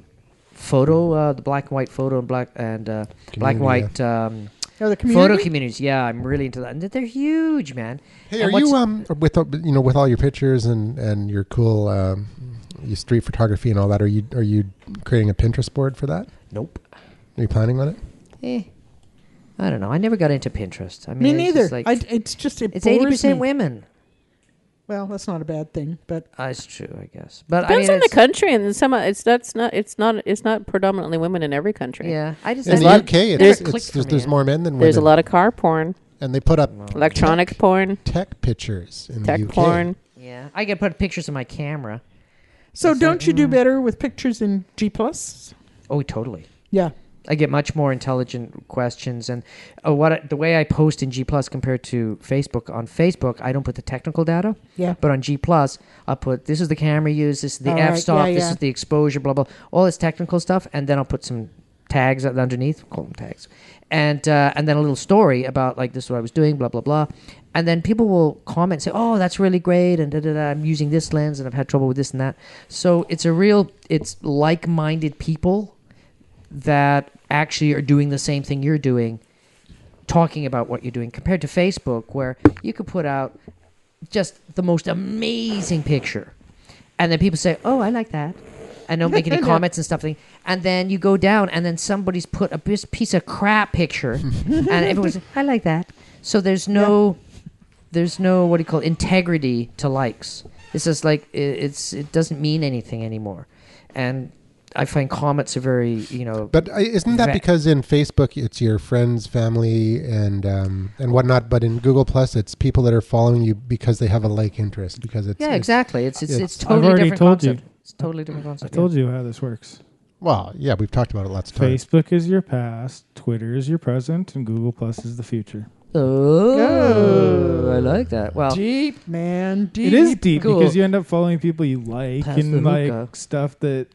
photo, uh, the black and white photo and black and uh, black and Community, white um, Or Oh, the community. photo communities. Yeah, I'm really into that, and they're huge, man. Hey, And are what's- you um with uh, you know with all your pictures and and your cool um, your street photography and all that? Are you are you creating a Pinterest board for that? Nope. Are you planning on it? Eh, I don't know. I never got into Pinterest. I Me mean, it's neither. just like- I, it's just it it's eighty bores percent me. women. Well, that's not a bad thing, but That's Uh, true, I guess. But Depends I mean, on the it's- country, and some uh, it's that's not it's not it's not predominantly women in every country. Yeah, I just In There's the a lot- UK, it's, there's- it's, click for there's, me, there's yeah. more men than women. There's a lot of car porn, and they put up electronic porn, tech pictures in tech the UK. porn. yeah, I could put pictures of my camera. so It's like, mm. don't you do better with pictures in G plus? Oh, totally. Yeah. I get much more intelligent questions, and uh, what I, the way I post in G Plus compared to Facebook. On Facebook, I don't put the technical data, Yeah. but on G Plus, I put this is the camera used, this is the All f right, stop, yeah, this yeah. is the exposure, blah blah, all this technical stuff, and then I'll put some tags underneath, call them tags, and uh, and then a little story about like this is what I was doing, blah blah blah, and then people will comment say, oh, that's really great, and da, da, da, I'm using this lens, and I've had trouble with this and that. So it's a real, it's like-minded people that actually are doing the same thing you're doing, talking about what you're doing, compared to Facebook, where you could put out just the most amazing picture. And then people say, Oh, I like that. And don't make any comments and stuff. And then you go down, and then somebody's put a bis- piece of crap picture, and everyone's like, I like that. So there's no. There's no what do you call it, integrity to likes. It's just like i it's it doesn't mean anything anymore, and I find comments are very you know. But I- isn't that Ve- because in Facebook it's your friends, family, and um, and whatnot? But in Google Plus, it's people that are following you because they have a like interest. Because it's Yeah, it's- exactly. It's it's, it's, it's- I've totally already different told you. concept. It's totally different I concept. told you how this works. Well, yeah, we've talked about it lots of times. Facebook is your past, Twitter is your present, and Google Plus is the future. Oh, I like that. Well, Deep, man. Deep. It is deep Cool. because you end up following people you like Pass the and like hookah. stuff that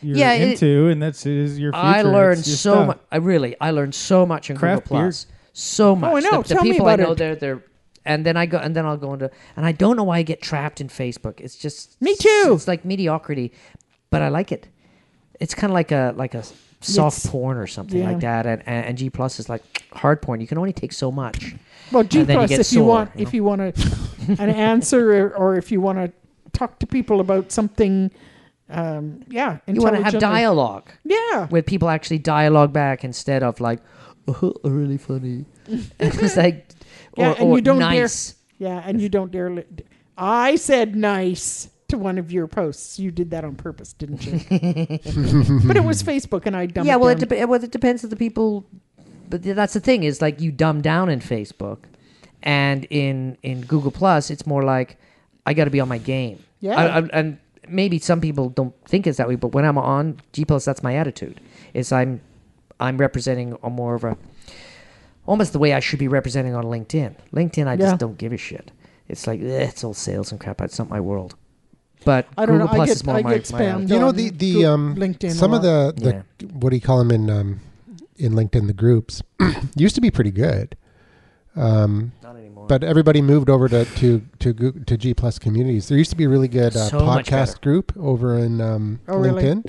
you're Yeah, it- into, and that's it is your future. I learned It's your so stuff. much. I really, I learned so much in Craft Google beer. Oh, Plus. So much. I know. The, the Tell me people about I know, it. they're they're, and then I go, and then I'll go into, and I don't know why I get trapped in Facebook. It's just Me too. It's like mediocrity, but I like it. It's kind of like a like a soft It's- porn or something yeah. like that, and, and and G Plus is like hard porn. You can only take so much. Well, G And then you plus get if you sore, want you if you want a, an answer or, or if you want to talk to people about something, um, yeah, You want to have intelligently. dialogue. Yeah, where people actually dialogue back instead of like Oh, really funny. it's like or, Yeah, and or you don't dare- nice. yeah, and you don't dare. Li- I said nice to one of your posts. You did that on purpose, didn't you? but it was Facebook, and I dumbed yeah, well, it down. dep- well, it depends on the people. But th- that's the thing is like you dumb down in Facebook, and in in Google Plus, it's more like I got to be on my game. Yeah. I, I, and maybe some people don't think it's that way, but when I'm on G Plus, that's my attitude. Is I'm I'm representing a more of a almost the way I should be representing on LinkedIn. LinkedIn, I Yeah. just don't give a shit. It's like eh, it's all sales and crap. It's not my world. But I don't Google know. I Plus get is more I my, get my spammed. uh, You know on the the Goo- um, LinkedIn. a some of lot. the the what do you call them in um, in LinkedIn the groups used to be pretty good. Um, Not anymore. but everybody moved over to to to, Goo- to G plus communities. There used to be a really good uh, So much better. podcast group over in um, Oh, really? LinkedIn,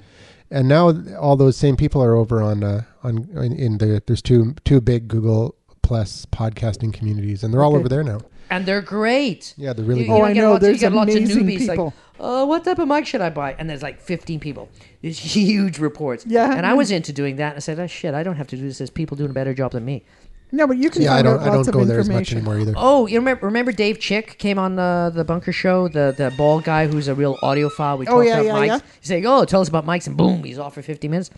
and now all those same people are over on uh, on in, in the there's two two big Google plus podcasting communities, and they're all Okay. over there now. and they're great. Yeah, they're really You- good. oh, I get know. lots of- you There's get lots of amazing newbies, like- people. Uh, what type of mic should I buy? And there's like 15 people. These huge reports. Yeah. And I was into doing that, and I said, oh, shit, I don't have to do this. There's people doing a better job than me. no, but you can yeah, I find don't out I lots don't of go there as much information. anymore either. Oh, you remember? Remember Dave Chick came on the the Bunker Show, the the bald guy who's a real audiophile. We Oh, talked yeah, about yeah, mics. yeah. He's like, oh, tell us about mics, and boom, he's off for 50 minutes.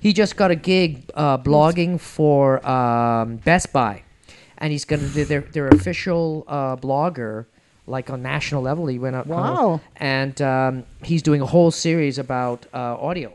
He just got a gig uh, blogging for um, Best Buy, and he's gonna they're their their official uh, blogger, like on national level. He went out. kind of- Wow. and um, he's doing a whole series about uh, audio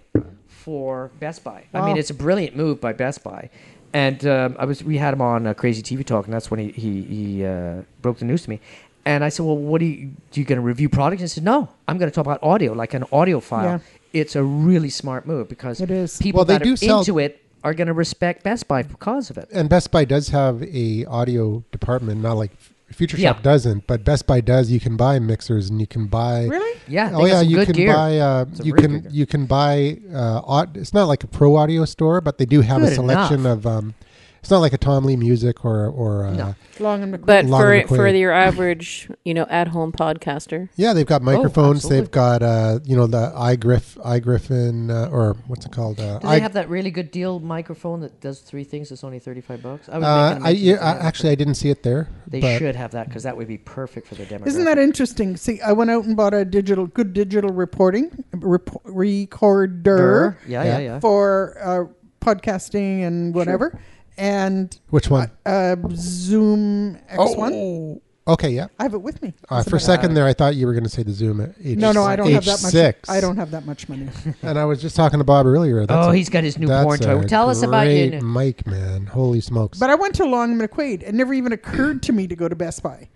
for Best Buy. I mean, Wow. it's a brilliant move by Best Buy. And um, I was we had him on uh, Crazy TV Talk, and that's when he he, he uh, broke the news to me. And I said, "Well, what are you, you going to review products?" And he said, "No, I'm going to talk about audio, like an audio file. It's a really smart move because It is. people Well, they that do are sell- into it are going to respect Best Buy because of it. and Best Buy does have a audio department, not like Future Shop Yeah. doesn't, but Best Buy does. You can buy mixers and you can buy. Really? Yeah. Oh yeah, you good can gear. buy. Uh, It's a you really can good gear. you can buy. Uh, aud- it's not like a pro audio store, but they do have Good a selection enough. of. Um, it's not like a Tom Lee Music or or. Uh, No. Long and McQueen. But Long for and for McQuaid. your average, you know, at home podcaster, Yeah, they've got microphones. Oh, absolutely. they've got uh, you know the iGriff iGriffin uh, or what's it called? Uh, Do they have that really good deal microphone that does three things? It's only thirty-five bucks. I would make uh, an I, amazing yeah, design I- actually, I didn't see it there. They but should have that because that would be perfect for the demographic. Isn't that interesting? See, I went out and bought a digital, good digital reporting repo recorder Yeah, Yeah. yeah, yeah. for uh, podcasting and whatever, and Which one? uh, Zoom X1. Oh, Okay, yeah. I have it with me. Uh, As a for a matter- second there, I thought you were going to say the Zoom uh, at age No, no, I don't age have that much. Six. I don't have that much money. And I was just talking to Bob earlier. That's oh, a- he's got his new that's porn a toy. Tell us about your great new. Mike, man. Holy smokes! But I went to Long and McQuaid. It never even occurred to me to go to Best Buy.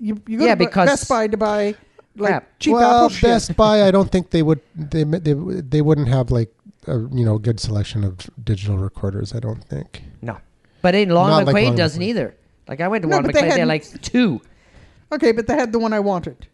You, you go Yeah, to Bu- because- Best Buy to buy like Crap. cheap well, Apple shit. Best Buy, I don't think they would. They they they wouldn't have like a you know good selection of digital recorders. I don't think. No, but in Long Not McQuaid like Lon doesn't McQuaid. either. Like I went to No, Long but they McQuaid, they had hadn't- like two. Okay, but they had the one I wanted.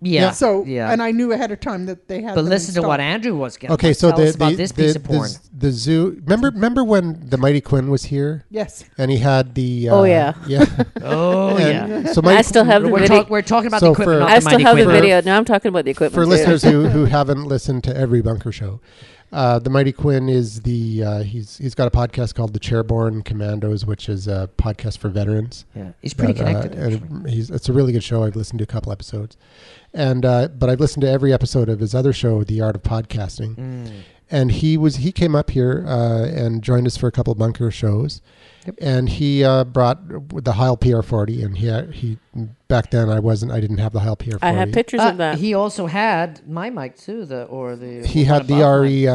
Yeah. So yeah. and I knew ahead of time that they had. but them listen to what stocked. Andrew was getting. Okay, so Tell the us about the, this the, piece of porn. The, the zoo. Remember remember when the Mighty Quinn was here Yes. and he had the. Uh, Oh, yeah. yeah. oh yeah. And So I Mighty still have the We're, video. talk, we're talking about So the equipment. for- not I the still mighty have the equipment. video. Now I'm talking about the equipment. for too. listeners who, who haven't listened to every bunker show uh, the mighty quinn is the uh, he's he's got a podcast called the chairborne commandos which is a podcast for veterans Yeah, he's pretty But, uh, connected. and actually. he's, it's a really good show i've listened to a couple episodes and uh, but i've listened to every episode of his other show the art of podcasting Mm. and he was he came up here uh, and joined us for a couple bunker shows Yep. and he uh, brought the heil pr40 and he he back then i wasn't i didn't have the heil pr40 I have pictures Uh, of that. He also had my mic too, the or the he one had the above mine. re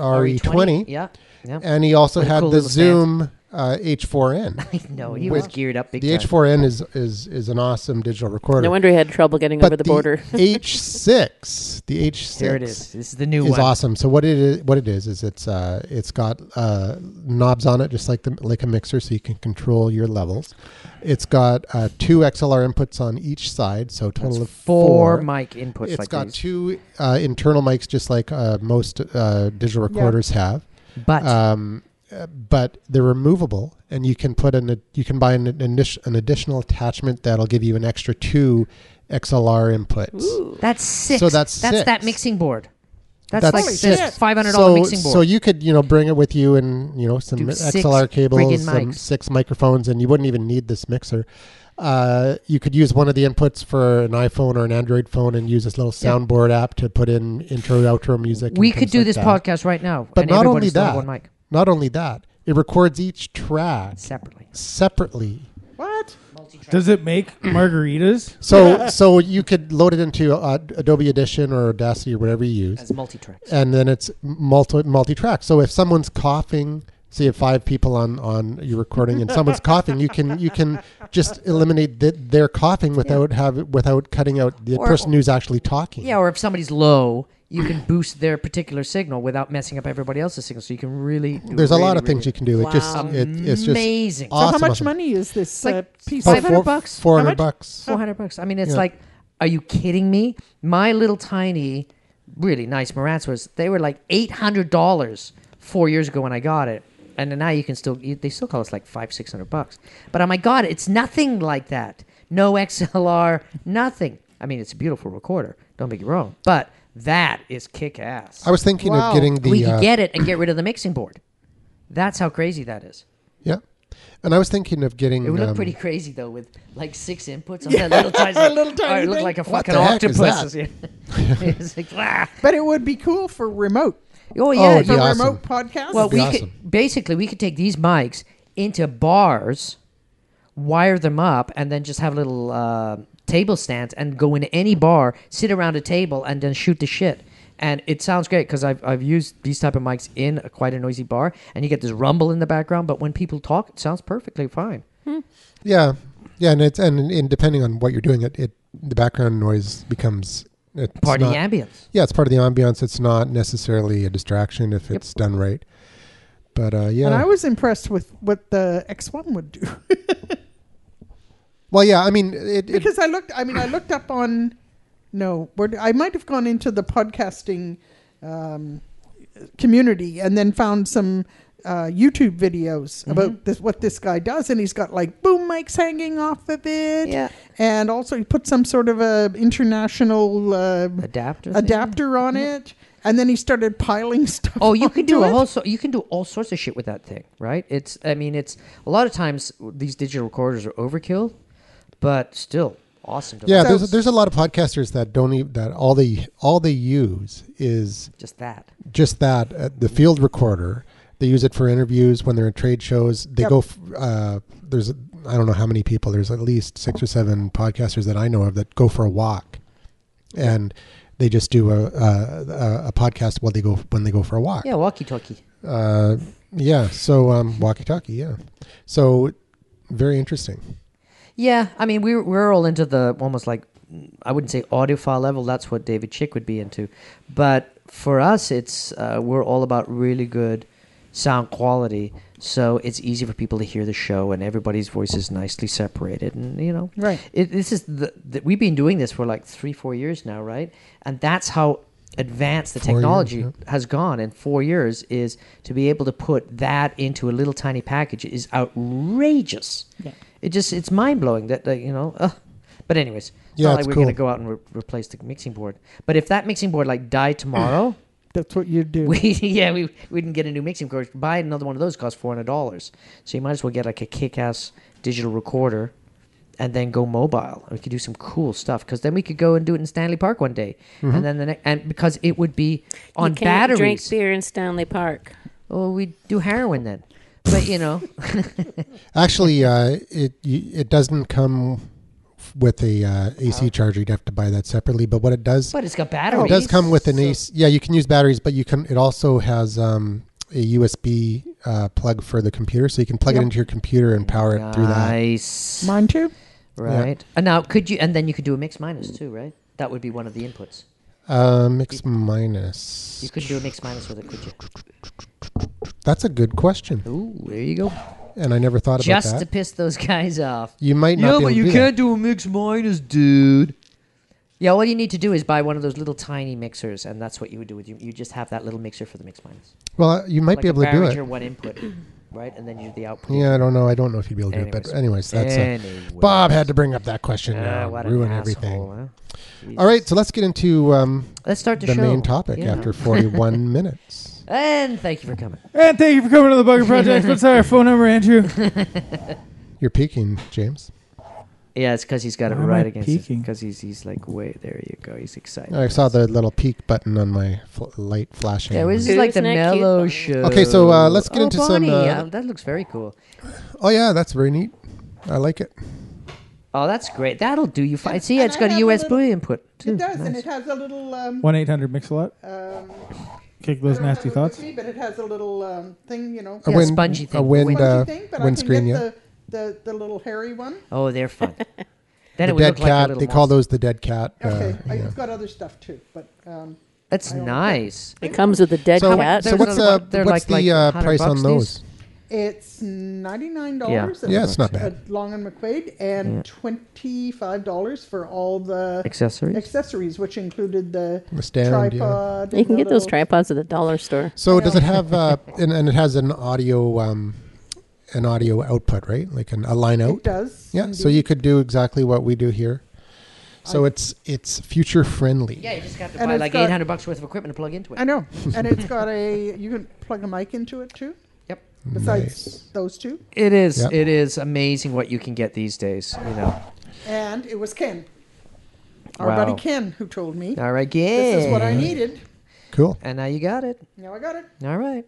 uh, re twenty, E Yeah, yeah. and he also With a had cool the little stand. Zoom uh, H4n. I know he was Which- geared up big the time. H4n is is is an awesome digital recorder. no wonder he had trouble getting but over the border. H6, the H6 Here it is. This is the new is one. awesome. So what it is, what it is is it's uh, it's got uh, knobs on it, just like the like a mixer, so you can control your levels. It's got uh, two XLR inputs on each side, so a total That's of four, four. mic inputs It's like got these. two uh, internal mics, just like uh, most uh, digital recorders have. but um, uh, but they're removable, and you can put an you can buy an an, init- an additional attachment that'll give you an extra two XLR inputs. Ooh. that's six. so that's that's that six. mixing board. That's, That's like six. this five hundred dollar So, mixing board. so you could you know bring it with you and you know some Do six XLR friggin' cables, some mics. six microphones, and you wouldn't even need this mixer. Uh, you could use one of the inputs for an iPhone or an Android phone and use this little Yeah. soundboard app to put in intro outro music. and we could things do like this that. podcast right now, But and not everybody only still have that- one mic Not only that, it records each track separately. separately. What? Does it make margaritas? So so you could load it into uh, Adobe Audition or Audacity or whatever you use, As multi tracks. and then it's multi multi track. So if someone's coughing, say you have five people on on your recording, and someone's coughing, you can you can just eliminate th- their coughing without have without cutting out the Or- person who's actually talking. Yeah, or if somebody's low, you can boost their particular signal without messing up everybody else's signal. So you can really do There's a really, lot of really things you can do. It just Wow. it, it's just amazing. Awesome, so how much awesome. money is this Like uh, piece? Four- of five hundred bucks. Four How hundred much? bucks. Four hundred bucks. I mean, it's Yeah. like, are you kidding me? My little tiny, really nice Marantz was. They were like eight hundred dollars four years ago when I got it, and then now you can still. you- They still call us like five, six hundred bucks. But oh my god, it's nothing like that. No XLR, nothing. I mean, it's a beautiful recorder. Don't get me wrong, but that is kick ass. I was thinking Wow. of getting the we could uh, get it and get rid of the mixing board. That's how crazy that is. yeah, and I was thinking of getting It would look um, pretty crazy though, with like six inputs on that little tiny. little tiny It looked thing. like a What fucking the heck is octopus. that? it's like, ah. But it would be cool for remote. Oh yeah, it'd For be you- awesome. remote podcast. well, be we awesome. could basically we could take these mics into bars, wire them up, and then just have little uh, table stands and go into any bar, sit around a table, and then shoot the shit. And it sounds great because I've, I've used these type of mics in a, quite a noisy bar, and you get this rumble in the background. But when people talk, it sounds perfectly fine. Yeah, yeah, and it's and, and depending on what you're doing, it, it the background noise becomes it's Party not- ambience. Yeah, it's part of the ambiance. It's not necessarily a distraction if it's done right. But uh, yeah, And I was impressed with what the X1 would do well, yeah. I mean, it, it because I looked. I mean, I looked up on. No, where d- I might have gone into the podcasting um, community and then found some uh, YouTube Mm-hmm. videos about this, what this guy does, and he's got like boom mics hanging off of it, Yeah. and also he put some sort of a international uh, Adapters. adapter on it, and then he started piling stuff. Oh, you can onto do a it. whole. So, you can do all sorts of shit with that thing, right? It's. I mean, it's a lot of times these digital recorders are overkill, but still awesome. To yeah. So- There's there's a lot of podcasters that don't even that all they all they use is just that. just that uh, the field recorder. They use it for interviews when they're at trade shows. They Yep. go. F- uh, there's I don't know how many people. There's at least six or seven podcasters that I know of that go for a walk, and they just do a a, a, a podcast while they go when they go for a walk. Yeah, walkie talkie. Uh, yeah. So um, walkie talkie. Yeah. So very interesting. Yeah, I mean, we're we're all into the almost like I wouldn't say audiophile level. That's what David Chick would be into, but for us, it's uh, we're all about really good sound quality. So it's easy for people to hear the show, and everybody's voice is nicely separated, and you know, Right. It, this is the, the we've been doing this for like three, four years now, right? And that's how advanced the Four years, technology yeah. has gone in four years is to be able to put that into a little tiny package is outrageous. Yeah. It just it's mind blowing that, that you know. Uh, but anyways, it's Yeah, not like it's we're cool. gonna go out and re- replace the mixing board. But if that mixing board like died tomorrow, That's what you do. we yeah we we didn't get a new mixing board. Buy another one of those costs four hundred dollars. So you might as well get like a kick ass digital recorder. And then go mobile. We could do some cool stuff because then we could go and do it in Stanley Park one day, Mm-hmm. and then the next, and because it would be on you can't batteries. drink beer in Stanley Park. Oh, we do heroin then. But you know, Actually, uh, it y- it doesn't come f- with a uh, AC charger. You'd have to buy that separately. But what it does, but it's got batteries. it does come with an so- AC. Yeah, you can use batteries, but you can. It also has um, a USB uh, plug for the computer, so you can plug it Yep. into your computer and power it through that. Nice. Mine too. Right. And now could you and then you could do a mix minus too, right? That would be one of the inputs. Uh, mix minus. You could do a mix minus with it, could you? That's a good question, Ooh, there you go. and I never thought about Just that. to piss those guys off. you might not. Yeah, be able but to you do can't do a mix minus, dude. Yeah, all you need to do is buy one of those little tiny mixers, and that's what you would do with you. You just have that little mixer for the mix minus. That. Well, uh, you might Like be a able to do Behringer, it. one input, right? And then you do the output. Yeah, I don't know. I don't know if you'd be able to do it, but anyways, that's. Uh, Bob had to bring up that question. Ah, now what an ruin asshole, everything. huh? All right, so let's get into um, Let's start the, the show. main topic Yeah. after 41 minutes. And thank you for coming. And thank you for coming to the Bugger Project. What's our phone number, Andrew? You're peaking, James. Yeah, it's because he's got it Why am right I against peeking? Because he's he's like, wait, there you go. He's excited. I saw the little peak button on my fl- light flashing. Yeah, well, this is Ooh, like the isn't that cute, mellow Bonnie? show. Okay, so, uh, let's get Oh, into some, Bonnie, uh, yeah, that looks very cool. oh, yeah, that's very neat. I like it. Oh, that's great. That'll do you fine. See, and it's I got a have a USB little- input too. It does, and Nice. it has a little. Um, One eight hundred mix a lot. um, Kick I those nasty don't have it with thoughts. Me, but it has a little um, thing, you know. A Yeah, spongy thing, A wind, spongy uh, thing, but windscreen, I yeah. can get the, the, the little hairy one. Oh, they're fun. then it The would dead look like a cat. little. they call monster. those the dead cat. uh, Okay, I, yeah. it's got other stuff too, but um, That's I don't- nice. It comes with a dead So, cat. so what's, There's uh, another one. They're what's like- the like uh, 100 price on bucks these? those? it's ninety nine Yeah. dollars. Yeah, it's not bad. At Long and McQuaid, and Yeah. twenty five dollars for all the Accessories. accessories, which included the The stand, yeah. tripod. you can get those tripods. tripods at the dollar store. So does it have, uh, and, and it has an audio, um, an audio output, right? Like an, a line out? It does. Yeah, so you could do exactly what we do here. So it's it's future friendly. yeah, you just got to And buy it's like got- eight hundred bucks worth of equipment to plug into it. I know, and it's got a. You can plug a mic into it too. Yep. Besides Nice. those two, It is. Yep. It is amazing what you can get these days. You know. and it was Ken, our Wow. buddy Ken, who told me All right, yeah. this is what I needed. Cool. And now you got it. Now I got it. All right.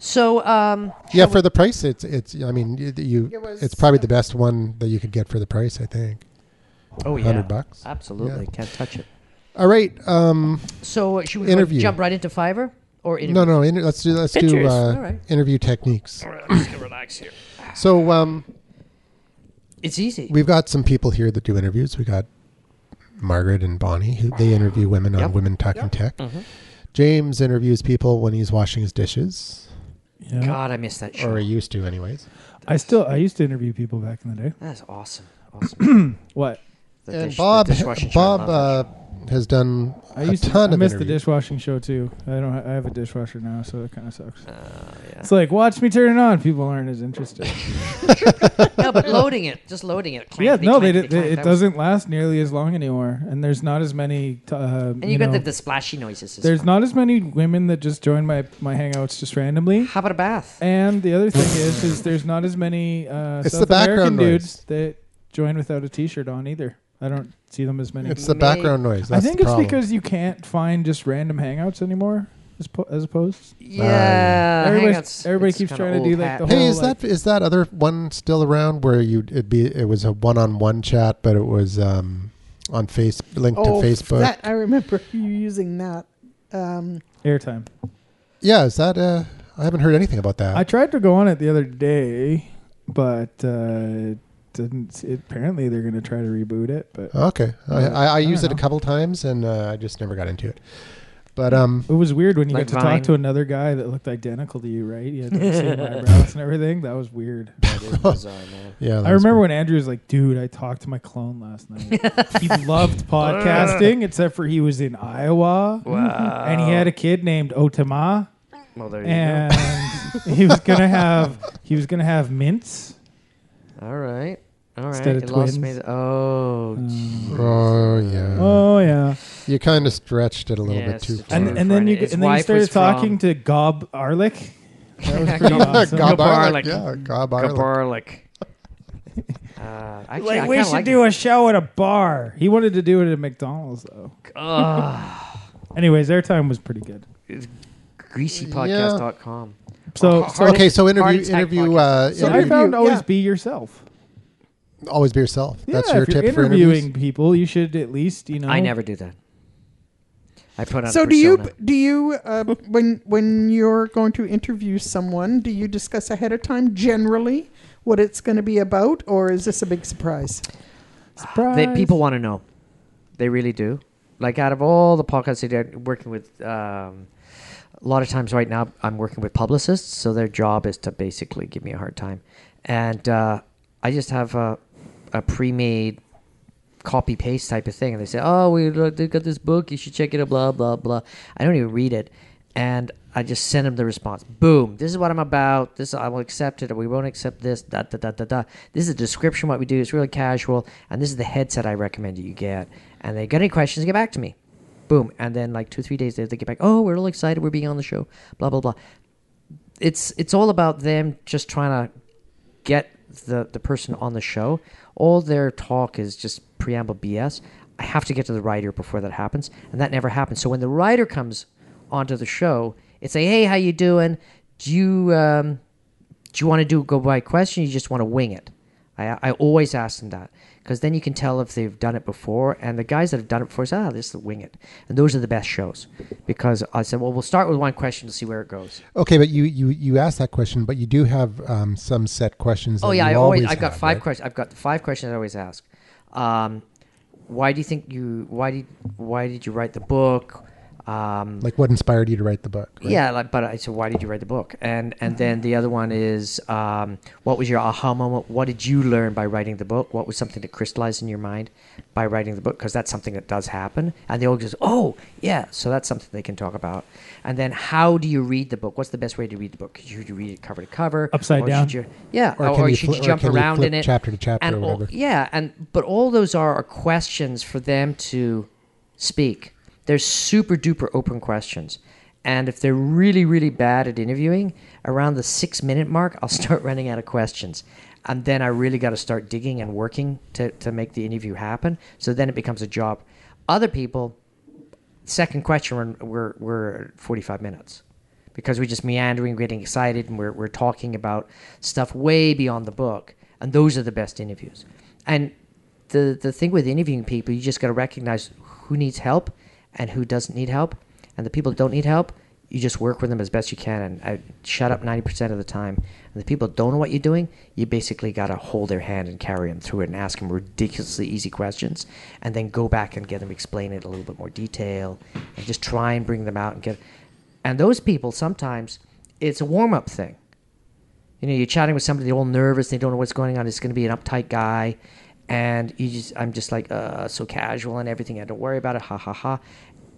So, um, Yeah, for the price, it's it's. I mean, you, you It was- it's probably the best one that you could get for the price. I think. oh yeah, 100 bucks. Absolutely, Yeah. can't touch it. All right. Um. So, uh, should we go Interview. jump right into Fiverr or interview? No, no. Inter- let's do let's do Pictures. uh, All right. interview techniques. All right, I'm just gonna relax here. So um, It's easy. we've got some people here that do interviews. We got Margaret and Bonnie. Who, they interview women on Yep. Mm-hmm. Women Talking Yep. Tech. James interviews people when he's washing his dishes, Yeah. God, I miss that or show. he used to, anyways. I still I used to interview people back in the day. That's awesome. awesome. What? The And dish- the Bob dishwashing show, Bob love uh, has done I a used ton to I of missed the interviews. dishwashing show too. I don't ha- I have a dishwasher now, so that kind of sucks. that show. It's like watch me turn it on. People aren't as interested. yeah. no, but loading it, just loading it. uh, yeah, Clankety, no, they, clankety, did- they- clank. That it was- doesn't last nearly as long anymore, and there's not as many. T- uh, And you, got know, the, the splashy noises. as there's well. not as many women that just join my my hangouts just randomly. How about a bath? And the other thing is, is there's not as many uh, It's the South American background dudes noise. that join without a T-shirt on either. I don't see them as many. It's the May- background noise. I That's think the it's problem. because you can't find just random hangouts anymore. as, po- as opposed? Yeah. Everybody's- everybody keeps trying to do, like, the whole- Hey, is like- that is that other one still around where you would it be it was a one on one chat, but it was um on face linked oh, to Facebook. that I remember you using that. Um, Airtime. yeah, is that uh I haven't heard anything about that. I tried to go on it the other day, but uh, didn't. apparently, they're going to try to reboot it. But okay. I, I, I I don't used it a know. couple times and uh, I just never got into it. But um it was weird when you Like got to Vine. talk to another guy that looked identical to you, right? You had the same eyebrows and everything. That was weird. yeah, that I was remember weird. when Andrew was like, "Dude, I talked to my clone last night. he loved podcasting, except for he was in Iowa, Wow. and he had a kid named Otama, Well, there you and he was gonna have he was gonna have mints. go. All right. All right. Instead of it lost me. twins. th- oh. Mm. Oh yeah. Oh yeah, You kind of stretched it a little bit Yes, too the far. and Or and then you Friday. His and then you wife started was talking from- to Gob Arlick. That was pretty Gob- awesome. Gob- Gabarlik, Gabarlik. Yeah, Gabarlik. Gabarlik. Uh, actually, like I we kinda should like do a show at a bar. He wanted to do it at a McDonald's though. it. Ah, Anyways, airtime was pretty good. greasypodcast.com. Oh, So, so, okay, so interview, attack interview, podcast. uh, so I interview- found yeah. always be yourself. always be yourself. That's yeah, your if you're tip for interviewing interviews. people, you should at least you know. I never do that. I put on. so a do you persona. do you uh, when when you're going to interview someone do you discuss ahead of time generally what it's going to be about or is this a big surprise Surprise. They, people want to know. They really do. Like out of all the podcasts they did, working with um, a lot of times right now, I'm working with publicists, so their job is to basically give me a hard time, and uh, I just have a, a pre-made copy paste type of thing, and they say, "Oh, we look- they got this book. You should check it out." Blah blah blah. I don't even read it, and I just send them the response. Boom! This is what I'm about. This I will accept it, or we won't accept this. Da da da da da. This is a description of what we do. It's really casual, and this is the headset I recommend that you get. And they got any questions? Get back to me. Boom! And then like two three days later, they get back. Oh, we're all excited. We're being on the show. Blah blah blah. It's it's all about them just trying to get the, the person on the show, all their talk is just preamble BS. I have to get to the writer before that happens, and that never happens. So when the writer comes onto the show, it's like, hey, how you doing? Do you um, do you want to do go by question? Or you just want to wing it? I, I always ask them that because then you can tell if they've done it before. And the guys that have done it before say, ah, this is wing it. And those are the best shows because I said, well, we'll start with one question to see where it goes. Okay, but you you you asked that question, but you do have um, some set questions. Oh that yeah, you I always, have I've got five right? questions. I've got the five questions I always ask. Um, why do you think you? Why did? Why did you write the book? Um, Like, what inspired you to write the book? right? yeah, like, but I said, why did you write the book? And and then the other one is, um, what was your aha moment? What did you learn by writing the book? What was something that crystallized in your mind by writing the book? Because that's something that does happen. And they all just, oh yeah, so that's something they can talk about. And then how do you read the book? What's the best way to read the book? Should you read it cover to cover, Upside Or down? should you- yeah, Or or, can or you should fli- you or jump can you around flip in it chapter to chapter and or all- whatever? yeah, and but all those are, are questions for them to speak. They're super duper open questions. And if they're really, really bad at interviewing, around the six minute mark, I'll start running out of questions. And then I really got to start digging and working to, to make the interview happen. So then it becomes a job. Other people, second question we're, we're, we're at 45 minutes because we're just meandering getting excited and we're, we're talking about stuff way beyond the book and those are the best interviews and the, the thing with interviewing people you just got to recognize who needs help and who doesn't need help and the people that don't need help you just work with them as best you can and uh, shut up 90% of the time and the people that don't know what you're doing you basically got to hold their hand and carry them through it and ask them ridiculously easy questions and then go back and get them to explain it in a little bit more detail and just try and bring them out and get and those people sometimes it's a warm up thing. You know, you're chatting with somebody, they're all nervous, they don't know what's going on. It's going to be an uptight guy, and you just I'm just like uh, so casual and everything. I don't worry about it. Ha ha ha.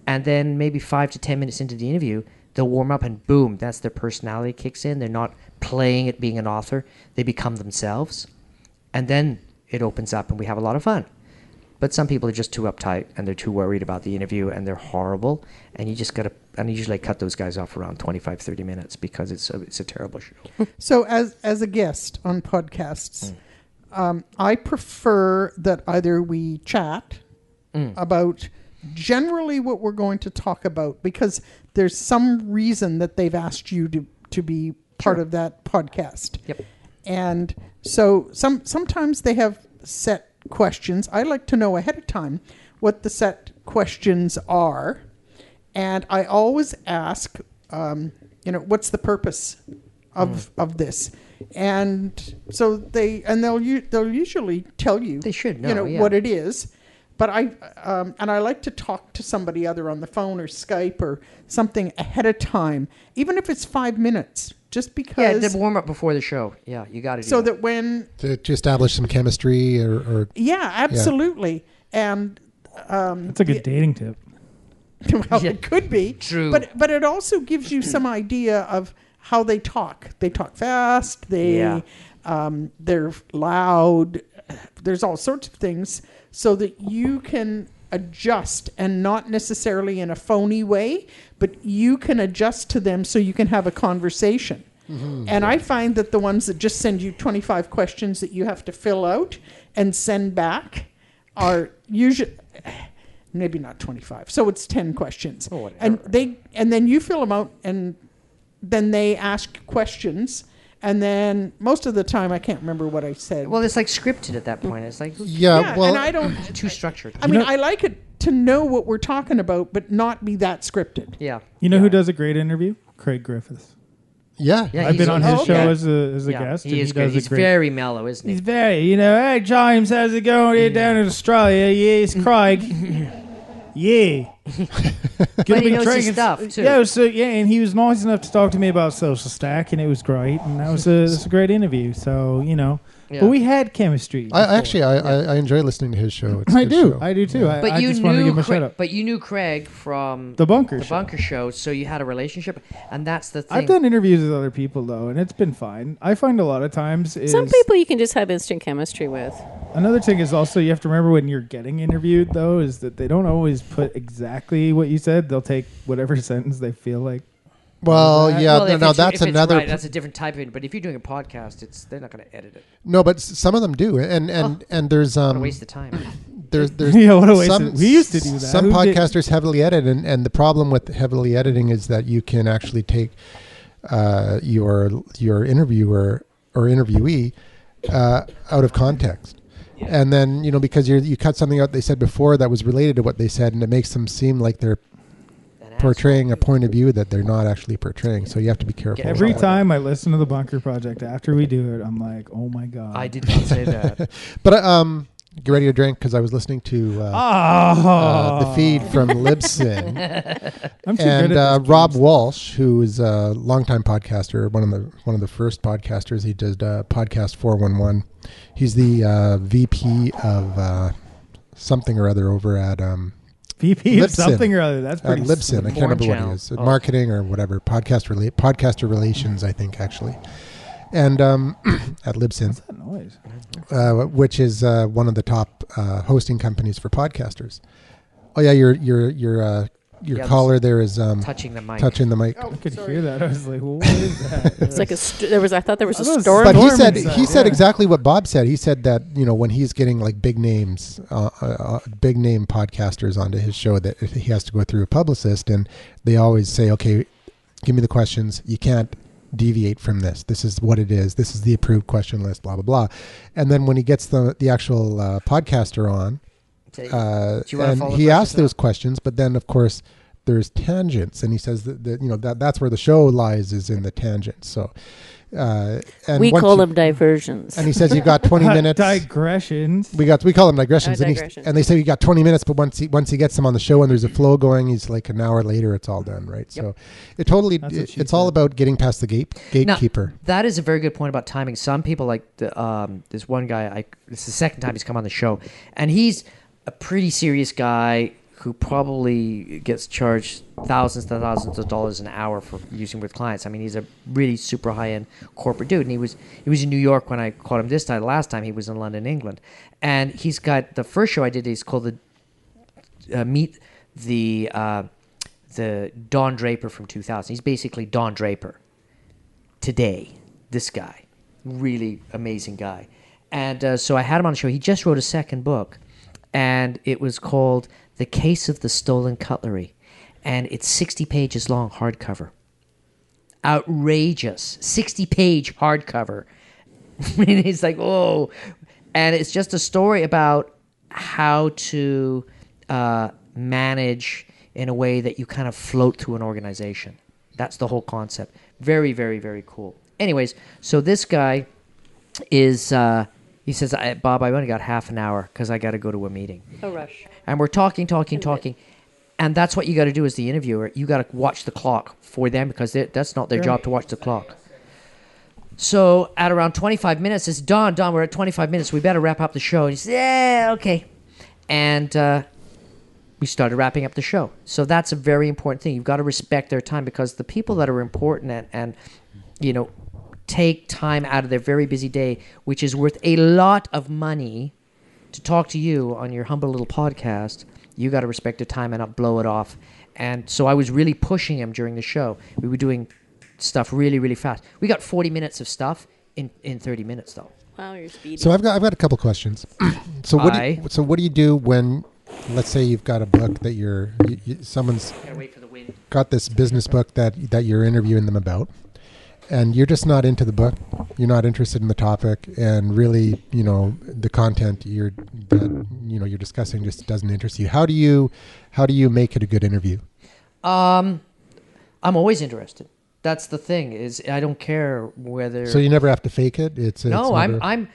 And then maybe five to ten minutes into the interview, they'll warm up, and boom, that's their personality kicks in. They're not playing at being an author; they become themselves, and then it opens up, and we have a lot of fun. But some people are just too uptight and they're too worried about the interview and they're horrible. And you just got to, and I usually cut those guys off around 25, 30 minutes because it's a, it's a terrible show. so as as a guest on podcasts um, i prefer that either we chat about generally what we're going to talk about because there's some reason that they've asked you to, to be part of that podcast. Yep. And so some sometimes they have set questions. I like to know ahead of time what the set questions are, and I always ask, um, you know, what's the purpose of of this? And so they and they'll u- they'll usually tell you They should know. you know yeah. what it is but i um, and i like to talk to somebody either on the phone or skype or something ahead of time even if it's five minutes just yeah, because the warm up before the show. Yeah, you got to do so that. that when to, to establish some chemistry or, or yeah absolutely and um That's a good dating tip. well, Yeah. it could be True. but but it also gives you some idea of how they talk they talk fast they Yeah. um, they're loud there's all sorts of things so that you can adjust and not necessarily in a phony way but you can adjust to them so you can have a conversation Mm-hmm. and i find that the ones that just send you 25 questions that you have to fill out and send back are usually maybe not 25 so it's 10 questions Oh, whatever. and they and then you fill them out and then they ask questions and then most of the time i can't remember what i said well, it's like scripted at that point. It's like yeah, yeah well and i don't too structured. i mean i like it to know what we're talking about but not be that scripted yeah. You know yeah. who does a great interview? Craig Griffiths. yeah Yeah, I've he's been on a- his oh, show okay. as a as a yeah, guest. and He is does good. a He's great very mellow, isn't he? He's very, you know, hey James, how's it going here down in Australia? Yeah, it's Craig. yeah. but Gonna he be knows his drinking- stuff too. Yeah, so yeah, and he was nice enough to talk to me about Social Stack, and it was great, and that was a, that's a great interview. So you know, Yeah. but we had chemistry. I, I actually I, I, I enjoy listening to his show it's a I good do, show. I do too. I, But I you just wanted to knew, give him a Cra- shout out. but you knew Craig from The bunker. the Show. Bunker Show, so you had a relationship, and that's the thing. I've done interviews with other people though, and it's been fine. I find a lot of times is Some people you can just have instant chemistry with. Another thing is also you have to remember when you're getting interviewed though is that they don't always put exactly what you said. They'll take whatever sentence they feel like. well Well, yeah Well, no, if no it's- that's if it's another right, that's a different type of it. But if you're doing a podcast, it's they're not going to edit it. no but s- some of them do and Oh. and and there's What a um waste of time. there's there's yeah, what a waste some of- we used to do that. some Who did- podcasters heavily edit and, and the problem with heavily editing is that you can actually take uh, your your interviewer or interviewee uh, out of context and then you know because you you cut something out they said before that was related to what they said and it makes them seem like they're An asshole. portraying a point of view that they're not actually portraying so you have to be careful Yeah, Every about that. time I listen to the Bunker Project after we do it, I'm like, oh my god. I did not say that. but uh, um get ready to drink because i was listening to uh, uh, the feed from Libsyn, Ah. I'm too and good at uh, this Rob game. Walsh, who is a longtime podcaster, one of the one of the first podcasters. He did uh, podcast four one one. He's the uh, VP of uh, something or other over at um, VP of Libsyn. something or other. That's at pretty. Libsyn. the I can't remember porn what channel. he is. Oh. Marketing or whatever. Podcast rela- podcaster relations, I think actually. And um, at Libsyn, What's that noise? uh, which is uh, one of the top uh, hosting companies for podcasters. Oh yeah, your your your uh, your Yeah, caller there is um, Touching the mic. touching the mic. I could hear that. I was like, what is that? It's like a st- there was I thought there was I thought it a was storm. but he Norman said said, he said yeah. exactly what Bob said. He said that you know when he's getting like big names, uh, uh, uh, big name podcasters onto his show, that he has to go through a publicist, and they always say, "Okay, give me the questions. You can't deviate from this. This is what it is. This is the approved question list. Blah blah blah." And then when he gets the the actual uh, podcaster on, Say, uh, Do you wanna and follow he the asked questions those questions, but then of course there's tangents, and he says that, that you know that that's where the show lies is in the tangents. So. Uh, and we once call you- them diversions. and he says you've got 20 minutes. Digressions. we got we call them digressions, Oh, and, he- digressions. and they say you got 20 minutes, but once he once he gets them on the show and there's a flow going, he's like an hour later, it's all done, right? So it totally That's what it, she it's all said. about getting past the gate gatekeeper. That is a very good point about timing. Some people, like the, um, this one guy, I, this is the second time he's come on the show, and he's a pretty serious guy who probably gets charged thousands and thousands of dollars an hour for using with clients. I mean, he's a really super high end corporate dude, and he was he was in New York when I caught him this time. Last time he was in London, England, and he's got the first show I did. He's called the uh, meet the uh, the Don Draper from 2000. He's basically Don Draper today. This guy, really amazing guy, and uh, so I had him on the show. He just wrote a second book, and it was called The Case of the Stolen Cutlery. And it's 60 pages long, hardcover. Outrageous. 60 page hardcover. and it's like, whoa. And it's just a story about how to uh, manage in a way that you kind of float through an organization. That's the whole concept. Very, very, very cool. Anyways, so this guy is, uh, he says, I, Bob, I only got half an hour because I got to go to a meeting A rush. and we're talking, talking, talking. And that's what you got to do as the interviewer. You got to watch the clock for them because they- that's not their job to watch the clock. So at around 25 minutes, it's Don, Don, we're at 25 minutes. We better wrap up the show. And he says, Yeah, okay. And uh, we started wrapping up the show. So that's a very important thing. You've got to respect their time because the people that are important and, and you know, take time out of their very busy day, which is worth a lot of money to talk to you on your humble little podcast, you got to respect the time and not blow it off. And so I was really pushing him during the show. We were doing stuff really, really fast. We got 40 minutes of stuff in, in 30 minutes, though. Wow, you're speedy. So I've got I've got a couple questions. so what do Aye. you, so what do you do when let's say you've got a book that you're you, you, someone's Gotta wait for the wind. got this business book that that you're interviewing them about and you're just not into the book you're not interested in the topic and really you know the content you're that you know you're discussing just doesn't interest you how do you how do you make it a good interview Um, I'm always interested. That's the thing is I don't care whether. so you never have to fake it it's, it's no, I'm, never- I'm,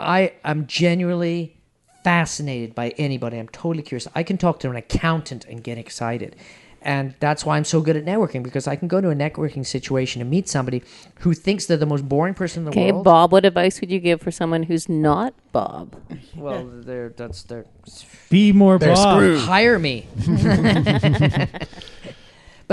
I, I'm genuinely fascinated by anybody. I'm totally curious. I can talk to an accountant and get excited. And that's why I'm so good at networking because I can go to a networking situation and meet somebody who thinks they're the most boring person in the okay, world. Bob, what advice would you give for someone who's not Bob? Well, they're, that's their Be more They're Bob. screwed. hire me. but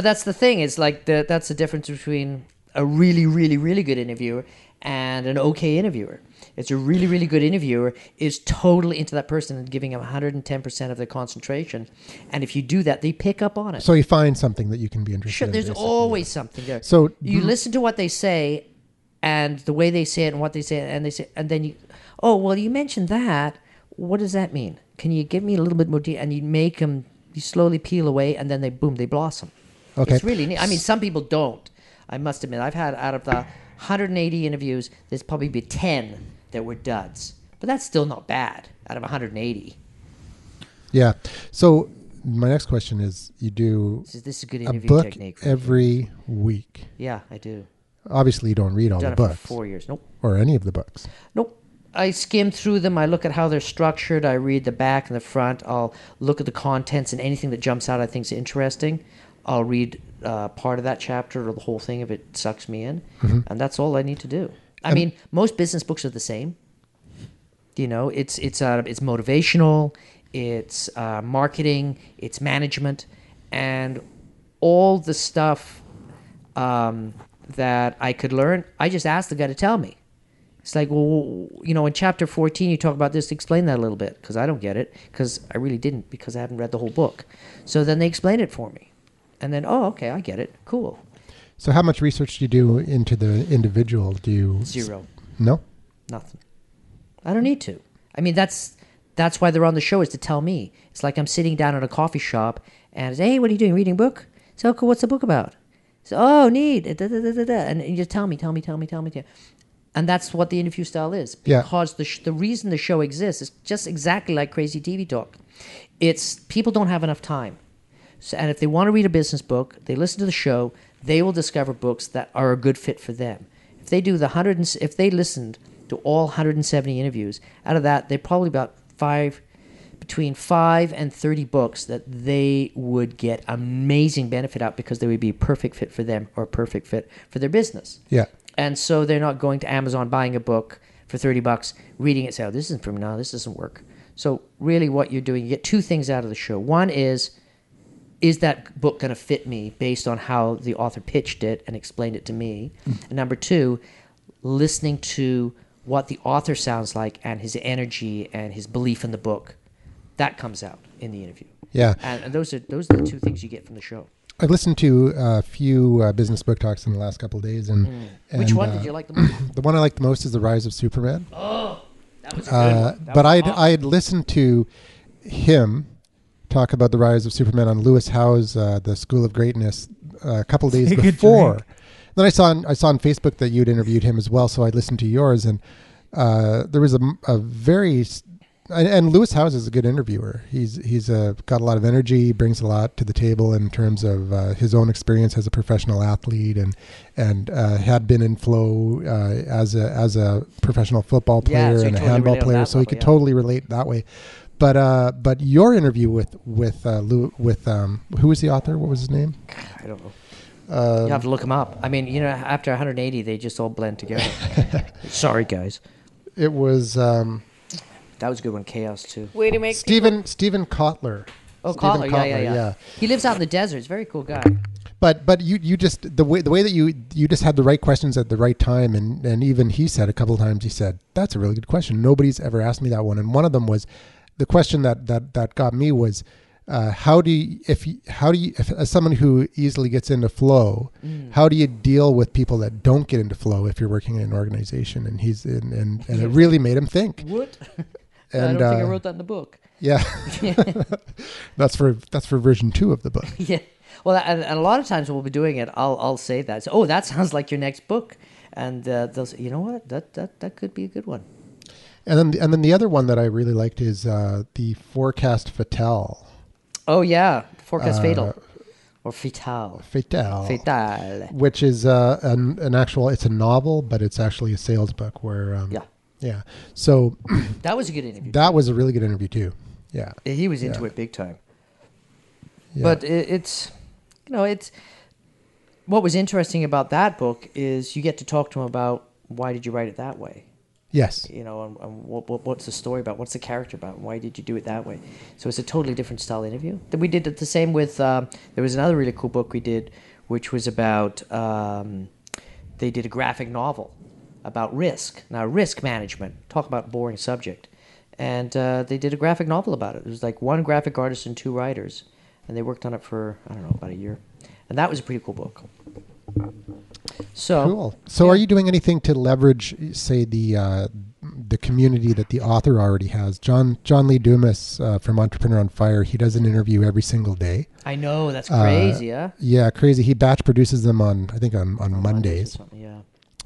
that's the thing. It's like the, that's the difference between a really, really, really good interviewer and an okay interviewer. It's a really, really good interviewer is totally into that person and giving them 110% of their concentration. And if you do that, they pick up on it. so you find something that you can be interested Sure, in there's basically. always something there. So- you listen to what they say, and the way they say it, and what they say, and they say, and then you, oh well, you mentioned that. What does that mean? Can you give me a little bit more? De-? And you make them, you slowly peel away, and then they boom, they blossom. Okay. it's really neat. I mean, some people don't. I must admit, I've had out of the 180 interviews, there's probably been 10 that were duds, but that's still not bad out of 180. yeah so my next question is you do This is, this is a good a interview book technique. every week yeah, I do. obviously you don't read all Done the it for books four years. Nope. or any of the books Nope. I skim through them. I look at how they're structured. I read the back and the front. I'll look at the contents and anything that jumps out I think is interesting. I'll read uh, part of that chapter or the whole thing if it sucks me in. And that's all I need to do. I mean, most business books are the same. You know, it's it's uh, it's motivational, it's uh, marketing, it's management, and all the stuff um, that I could learn. I just asked the guy to tell me. It's like, well, you know, in chapter 14, you talk about this. Explain that a little bit because I don't get it because I really didn't because I haven't read the whole book. So then they explain it for me. And then, oh, okay, I get it. Cool. So, how much research do you do into the individual? Do you Zero. No. Nothing. I don't need to. I mean, that's that's why they're on the show is to tell me. It's like I'm sitting down at a coffee shop and hey, what are you doing? Reading a book? So cool. What's the book about? So oh, neat. Da, da, da, da, da. And you just tell me, tell me, tell me, tell me, tell me. And that's what the interview style is. Yeah. Because the, sh- the reason the show exists is just exactly like Crazy TV Talk. It's people don't have enough time. So, and if they want to read a business book, they listen to the show, they will discover books that are a good fit for them. If they do the 100 and, s- if they listened to all 170 interviews, out of that, they probably about 5 between 5 and 30 books that they would get amazing benefit out because they would be a perfect fit for them or a perfect fit for their business. Yeah. And so they're not going to Amazon buying a book for 30 bucks, reading it, say, oh, this isn't for me. No, this doesn't work. So really what you're doing, you get two things out of the show. One is, is that book going to fit me based on how the author pitched it and explained it to me? Mm. And number two, listening to what the author sounds like and his energy and his belief in the book. That comes out in the interview. Yeah. And, and those are those are the two things you get from the show. I've listened to a few uh, business book talks in the last couple of days, and, Mm. Which and, one uh, did you like the most? The one I like the most is the Rise of Superman. Oh, that was a good uh, one. That but was I'd awesome. I'd listened to him talk about the rise of Superman on Lewis Howe's uh, The School of Greatness uh, a couple days Take a before. drink. Then I saw on, I saw on Facebook that you'd interviewed him as well, so I listened to yours, and uh, there was a, m- a very s- and, and Lewis Howes is a good interviewer. He's he's uh, got a lot of energy, brings a lot to the table in terms of uh, his own experience as a professional athlete, and and uh, had been in flow uh, as a as a professional football Yeah, player so you and a totally handball relate on player, that so he level, could yeah. totally relate that way. But uh, but your interview with with uh, Lou, with um, who was the author? What was his name? I don't know. Uh, You have to look them up. I mean, you know, after 180, they just all blend together. Sorry, guys. It was um, That was a good one. Chaos too. Way to make Stephen Stephen Kotler. Oh, Stephen Kotler, yeah, yeah, yeah, He lives out in the desert. He's a very cool guy. But but you you just the way the way that you you just had the right questions at the right time and and even he said a couple times he said that's a really good question nobody's ever asked me that one and one of them was the question that that that got me was uh, how do you, if you, how do you if, as someone who easily gets into flow Mm. how do you deal with people that don't get into flow if you're working in an organization and he's in and and it really made him think What? and I don't think I uh, wrote that in the book. yeah that's for that's for version two of the book yeah. Well, and, and a lot of times when we'll be doing it, I'll I'll say that. So, oh, that sounds like your next book, and uh, they'll say, you know what? That that that could be a good one. And then, and then the other one that I really liked is uh, the forecast fatale. Oh yeah, forecast Uh, fatal or fatal. oh. Fatale. Fatal. Which is uh, an, an actual, it's a novel, but it's actually a sales book where. Um, Yeah. Yeah. So That was a good interview. that was a really good interview, too. Yeah. he was into Yeah. it big time. yeah. But it, it's, you know, it's what was interesting about that book is you get to talk to him about why did you write it that way, Yes. you know, and, and what, what, what's the story about, what's the character about, and why did you do it that way. So it's a totally different style interview. Then we did it the same with um, there was another really cool book we did, which was about um, they did a graphic novel about risk. Now risk management, talk about a boring subject, and uh, they did a graphic novel about it. It was like one graphic artist and two writers, and they worked on it for I don't know about a year, and that was a pretty cool book. So Cool. So are you doing anything to leverage, say, the. Uh, the community that the author already has. John John Lee Dumas uh, from Entrepreneur on Fire. He does an interview every single day. I know that's Uh, crazy, huh? Yeah, crazy. He batch produces them on I think on, on Mondays. or something, yeah.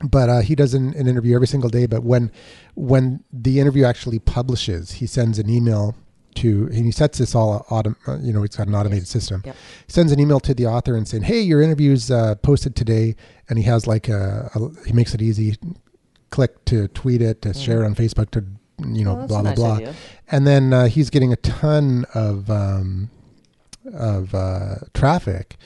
but uh, he does an, an interview every single day. But when when the interview actually publishes, he sends an email to and he sets this all autom- uh, you know he's got an automated system. Yep. He sends an email to the author and saying, "Hey, your interview's uh, posted today," and he has like a, a he makes it easy, click to tweet it, to share it on Facebook, to you know Mm-hmm. Oh, that's blah a blah nice blah, idea. and then uh, he's getting a ton of. Um, of uh, traffic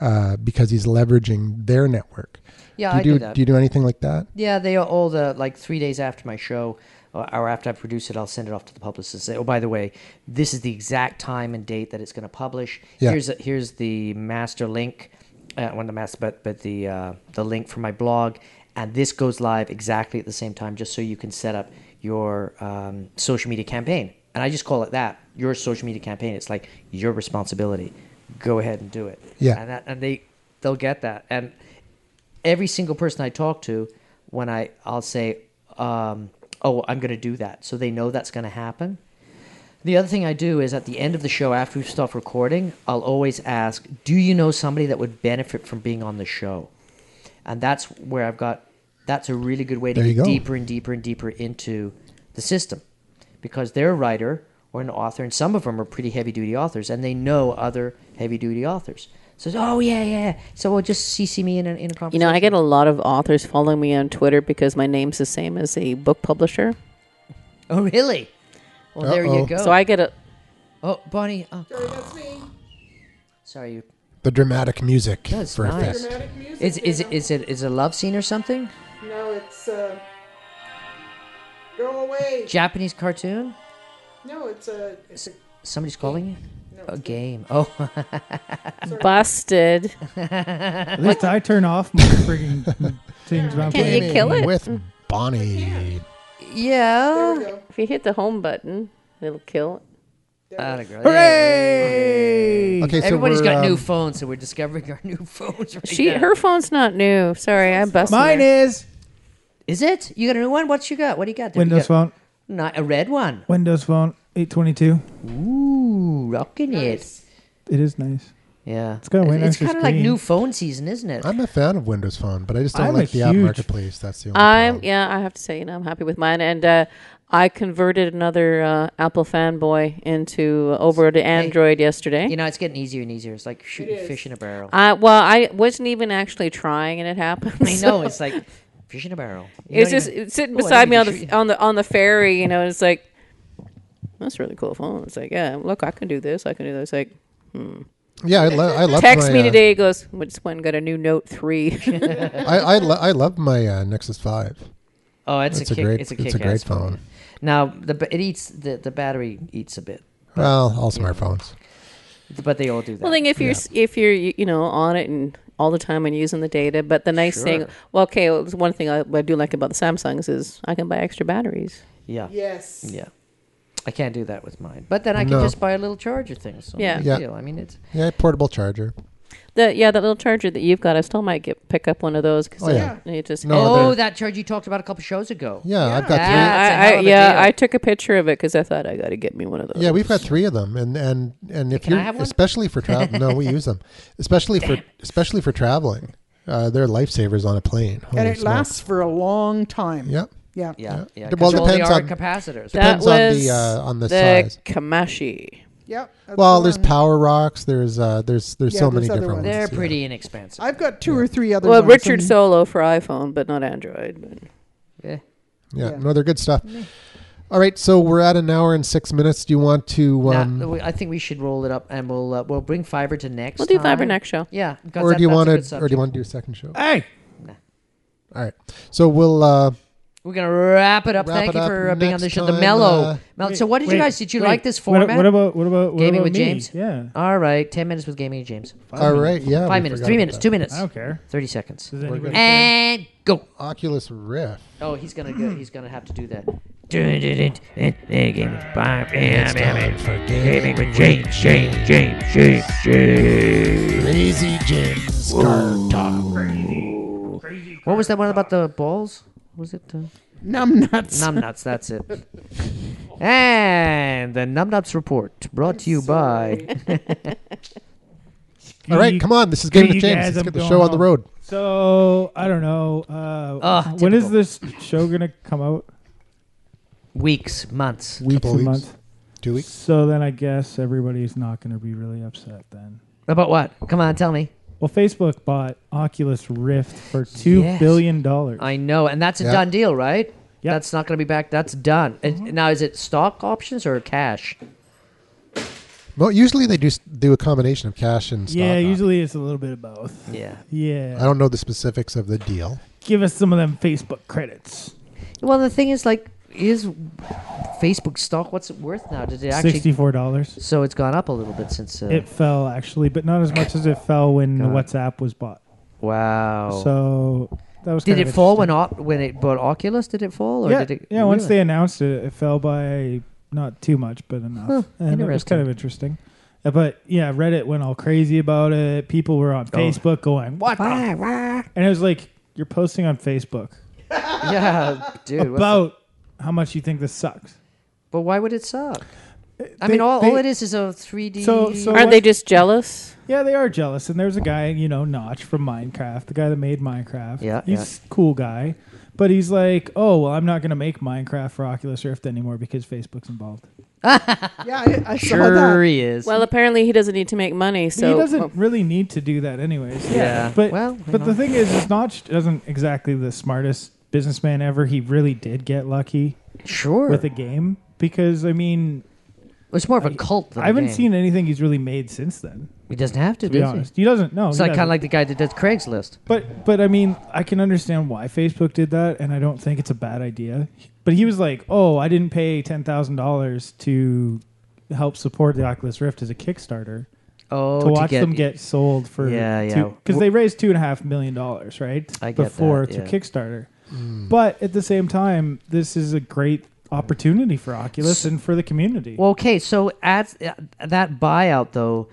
uh, because he's leveraging their network. Yeah, do you I do, that. do you do anything like that? Yeah, they are all the like three days after my show uh, or, or after I produce it, I'll send it off to the publicist and say, "Oh, by the way, this is the exact time and date that it's going to publish. Yeah. Here's a, here's the master link, uh, one of the master, but but the uh, the link for my blog, and this goes live exactly at the same time, just so you can set up your um, social media campaign. And I just call it that your social media campaign. It's like your responsibility. Go ahead and do it. Yeah. and, that, and they they'll get that and every single person I talk to, when I I'll say, um, "Oh, I'm going to do that," so they know that's going to happen. The other thing I do is at the end of the show, after we stop recording, I'll always ask, "Do you know somebody that would benefit from being on the show?" And that's where I've got. That's a really good way to There you get go. deeper and deeper and deeper into the system, because they're a writer or an author, and some of them are pretty heavy duty authors, and they know other heavy duty authors. So, oh yeah, yeah. So, well, just CC me in a, in a You conversation. know, I get a lot of authors following me on Twitter because my name's the same as a book publisher. Oh, really? Well, there Uh-oh. you go. So I get a oh, Bonnie. Oh. Sorry, that's me. Sorry, you. the dramatic music No, it's for nice. a fist. Is is is it is it a love scene or something? No, it's uh, go away. Japanese cartoon? No, it's uh, a. It's a Somebody's calling you. A game. Oh, busted. At least I turn off my frigging things when I'm Can't playing. you kill it? with Bonnie. there yeah. we go. If you hit the home button, it'll kill it. Atta girl. Hooray! Okay, so Everybody's we're, got new um, phones, so we're discovering our new phones. Right She now. her phone's not new. Sorry, I busted. Mine her. is is it? You got a new one? What you got? What do you got? there? You Windows got- Phone. Not a red one. Windows Phone 822. Ooh. rocking it. It is nice. Yeah. It's got a way It's nicer kind of like screen. new phone season, isn't it? I'm a fan of Windows Phone, but I just don't I'm a like the app huge- marketplace. That's the only I'm problem. Um, yeah. I have to say, you know, I'm happy with mine, and uh, I converted another uh, Apple fanboy into over to Android yesterday. You know, it's getting easier and easier. It's like shooting fish in a barrel. I, well, I wasn't even actually trying, and it happened. I know. It's like fish in a barrel. You it's don't just even- it's sitting Oh, I beside me on didn't the shoot on the on the ferry, you know. And it's like that's a really cool phone. It's like yeah, look, I can do this. I can do this. Like yeah, I, lo- I love text my, me uh, today. He goes, which one got a new Note three? I I, lo- I love my uh, Nexus Five. oh, it's, It's a, a kick, great- it's a it's a kick. great phone. Now the ba- it eats the the battery eats a bit, Well, all smartphones. but they all do that. Well, then if you're s if you're you you know on it and all the time and using the data, but the nice thing, Sure. well, okay, well, it's one thing I, I do like about the Samsungs is I can buy extra batteries. yeah, yeah, Yes. I can't do that with mine. But then I can No. just buy a little charger thing. So no Yeah. big Yeah. deal. I mean, it's Yeah, portable charger. The yeah, that little charger that you've got, I still might get pick up one of those because Oh, yeah. it just No, oh, they're- that charge you talked about a couple shows ago. Yeah, I've got three. Yeah. it's a yeah, I, hell I, of a yeah, deal. I took a picture of it because I thought I got to get me one of those. Yeah, we've got three of them, and and and if Can I you're have one? especially for travel, no, we use them, especially for especially for traveling. Uh, they're lifesavers on a plane. Holy And it smokes. lasts for a long time. Yep. Yeah. Yeah, yeah. Yeah. Well, 'cause all they depends are on- capacitors. That Depends on was the uh, on the, size. Kamashi. Yep. that's Well, the there's one. power rocks. There's uh, there's there's Yeah, so there's many other different ones. ones. They're yeah. pretty inexpensive. I've got two or three other Well, ones. Richard and- Solo for iPhone, but not Android. But yeah. Yeah, Yeah. no, they're good stuff. All right, so we're at an hour and six minutes. Do you want to, Nah, um, we- I think we should roll it up, and we'll uh, we'll bring fiber to next. we'll do Fiber time. next show. Yeah, 'cause or that- do you that's a want good to, or do subject. you want to do a second show? Hey, All right, so we'll. Uh, We're gonna wrap it up. Wrap Thank it you up for uh, being on the next show. the time, mellow. uh, Mel- so, what did you Wait, guys? Did you wait. like this What, format? what about what about what Gaming about with me? James? Yeah, All right, ten minutes with Gaming and James. all right, yeah, Five we minutes, forgot three about minutes, that. two minutes, I don't care. thirty seconds, Does anybody good. care? and go. Oculus Rift. Oh, he's gonna go. He's gonna have to do that. Gaming for with James, James, James, James, James. Crazy James What was that one about the balls? Was it? Uh, Numb nuts. Numbnuts, that's it. And the Numbnuts report brought to you by. All right, come on, this is Game Gee, with James. guys, Let's I'm get the going show on the home. road. So I don't know. Uh, Ugh, when is Ah, typical. this show gonna come out? Weeks, months. Weeks Couple and weeks. months. Two weeks. So then I guess everybody's not gonna be really upset then. About what? Come on, tell me. Well, Facebook bought Oculus Rift for two billion Yes. dollars. I know, and that's a Yeah. done deal, right? Yep. That's not going to be back. That's done. And Now, is it stock options or cash? Well, usually they do s- do a combination of cash and stock. Yeah, op- usually it's a little bit of both. Yeah. I Yeah, don't know the specifics of the deal. give us some of them Facebook credits. Well, the thing is, like, is Facebook stock, what's it worth now? Did it actually. Sixty-four dollars. So it's gone up a little bit since. Uh, It fell actually, but not as much as it fell when the God. WhatsApp was bought. wow. So that was. did kind it of fall interesting. when op- when it bought Oculus? Did it fall? Or yeah, did it, yeah. Once really? they announced it, it fell by not too much, but enough, Huh, and it was interesting. kind of interesting. Uh, But yeah, Reddit went all crazy about it. People were Oh. on Facebook going, "What?" the-" And it was like, "You're posting on Facebook Yeah, dude. what's about how much you think this sucks." But why would it suck? I They- mean, all, all they- it is is a 3D. So- so- Aren't what- they just jealous? Yeah, they are jealous. And there's a guy, you know, Notch from Minecraft, the guy that made Minecraft. Yeah, he's a cool guy, but he's like, "Oh, well, I'm not going to make Minecraft for Oculus Rift anymore because Facebook's involved." Yeah, I, I saw sure that. he is. Well, apparently he doesn't need to make money, so he doesn't really need to do that, anyways. yeah. But well, but the thing is, is Notch isn't exactly the smartest businessman ever. He really did get lucky sure. with a game because I mean, it's more of a cult. Than I haven't seen anything he's really made since then. He doesn't have to, To be does honest, he doesn't. No, he? It's he like kind of doesn't. like the guy that does Craigslist. But but I mean, I can understand why Facebook did that, and I don't think it's a bad idea. But he was like, "Oh, I didn't pay ten thousand dollars to help support the Oculus Rift as a Kickstarter Oh, to watch get, them get sold for Yeah, yeah. because they raised two and a half million dollars right I get before that, to yeah. Kickstarter. But at the same time, this is a great opportunity for Oculus and for the community. Well, okay. So at uh, that buyout, though,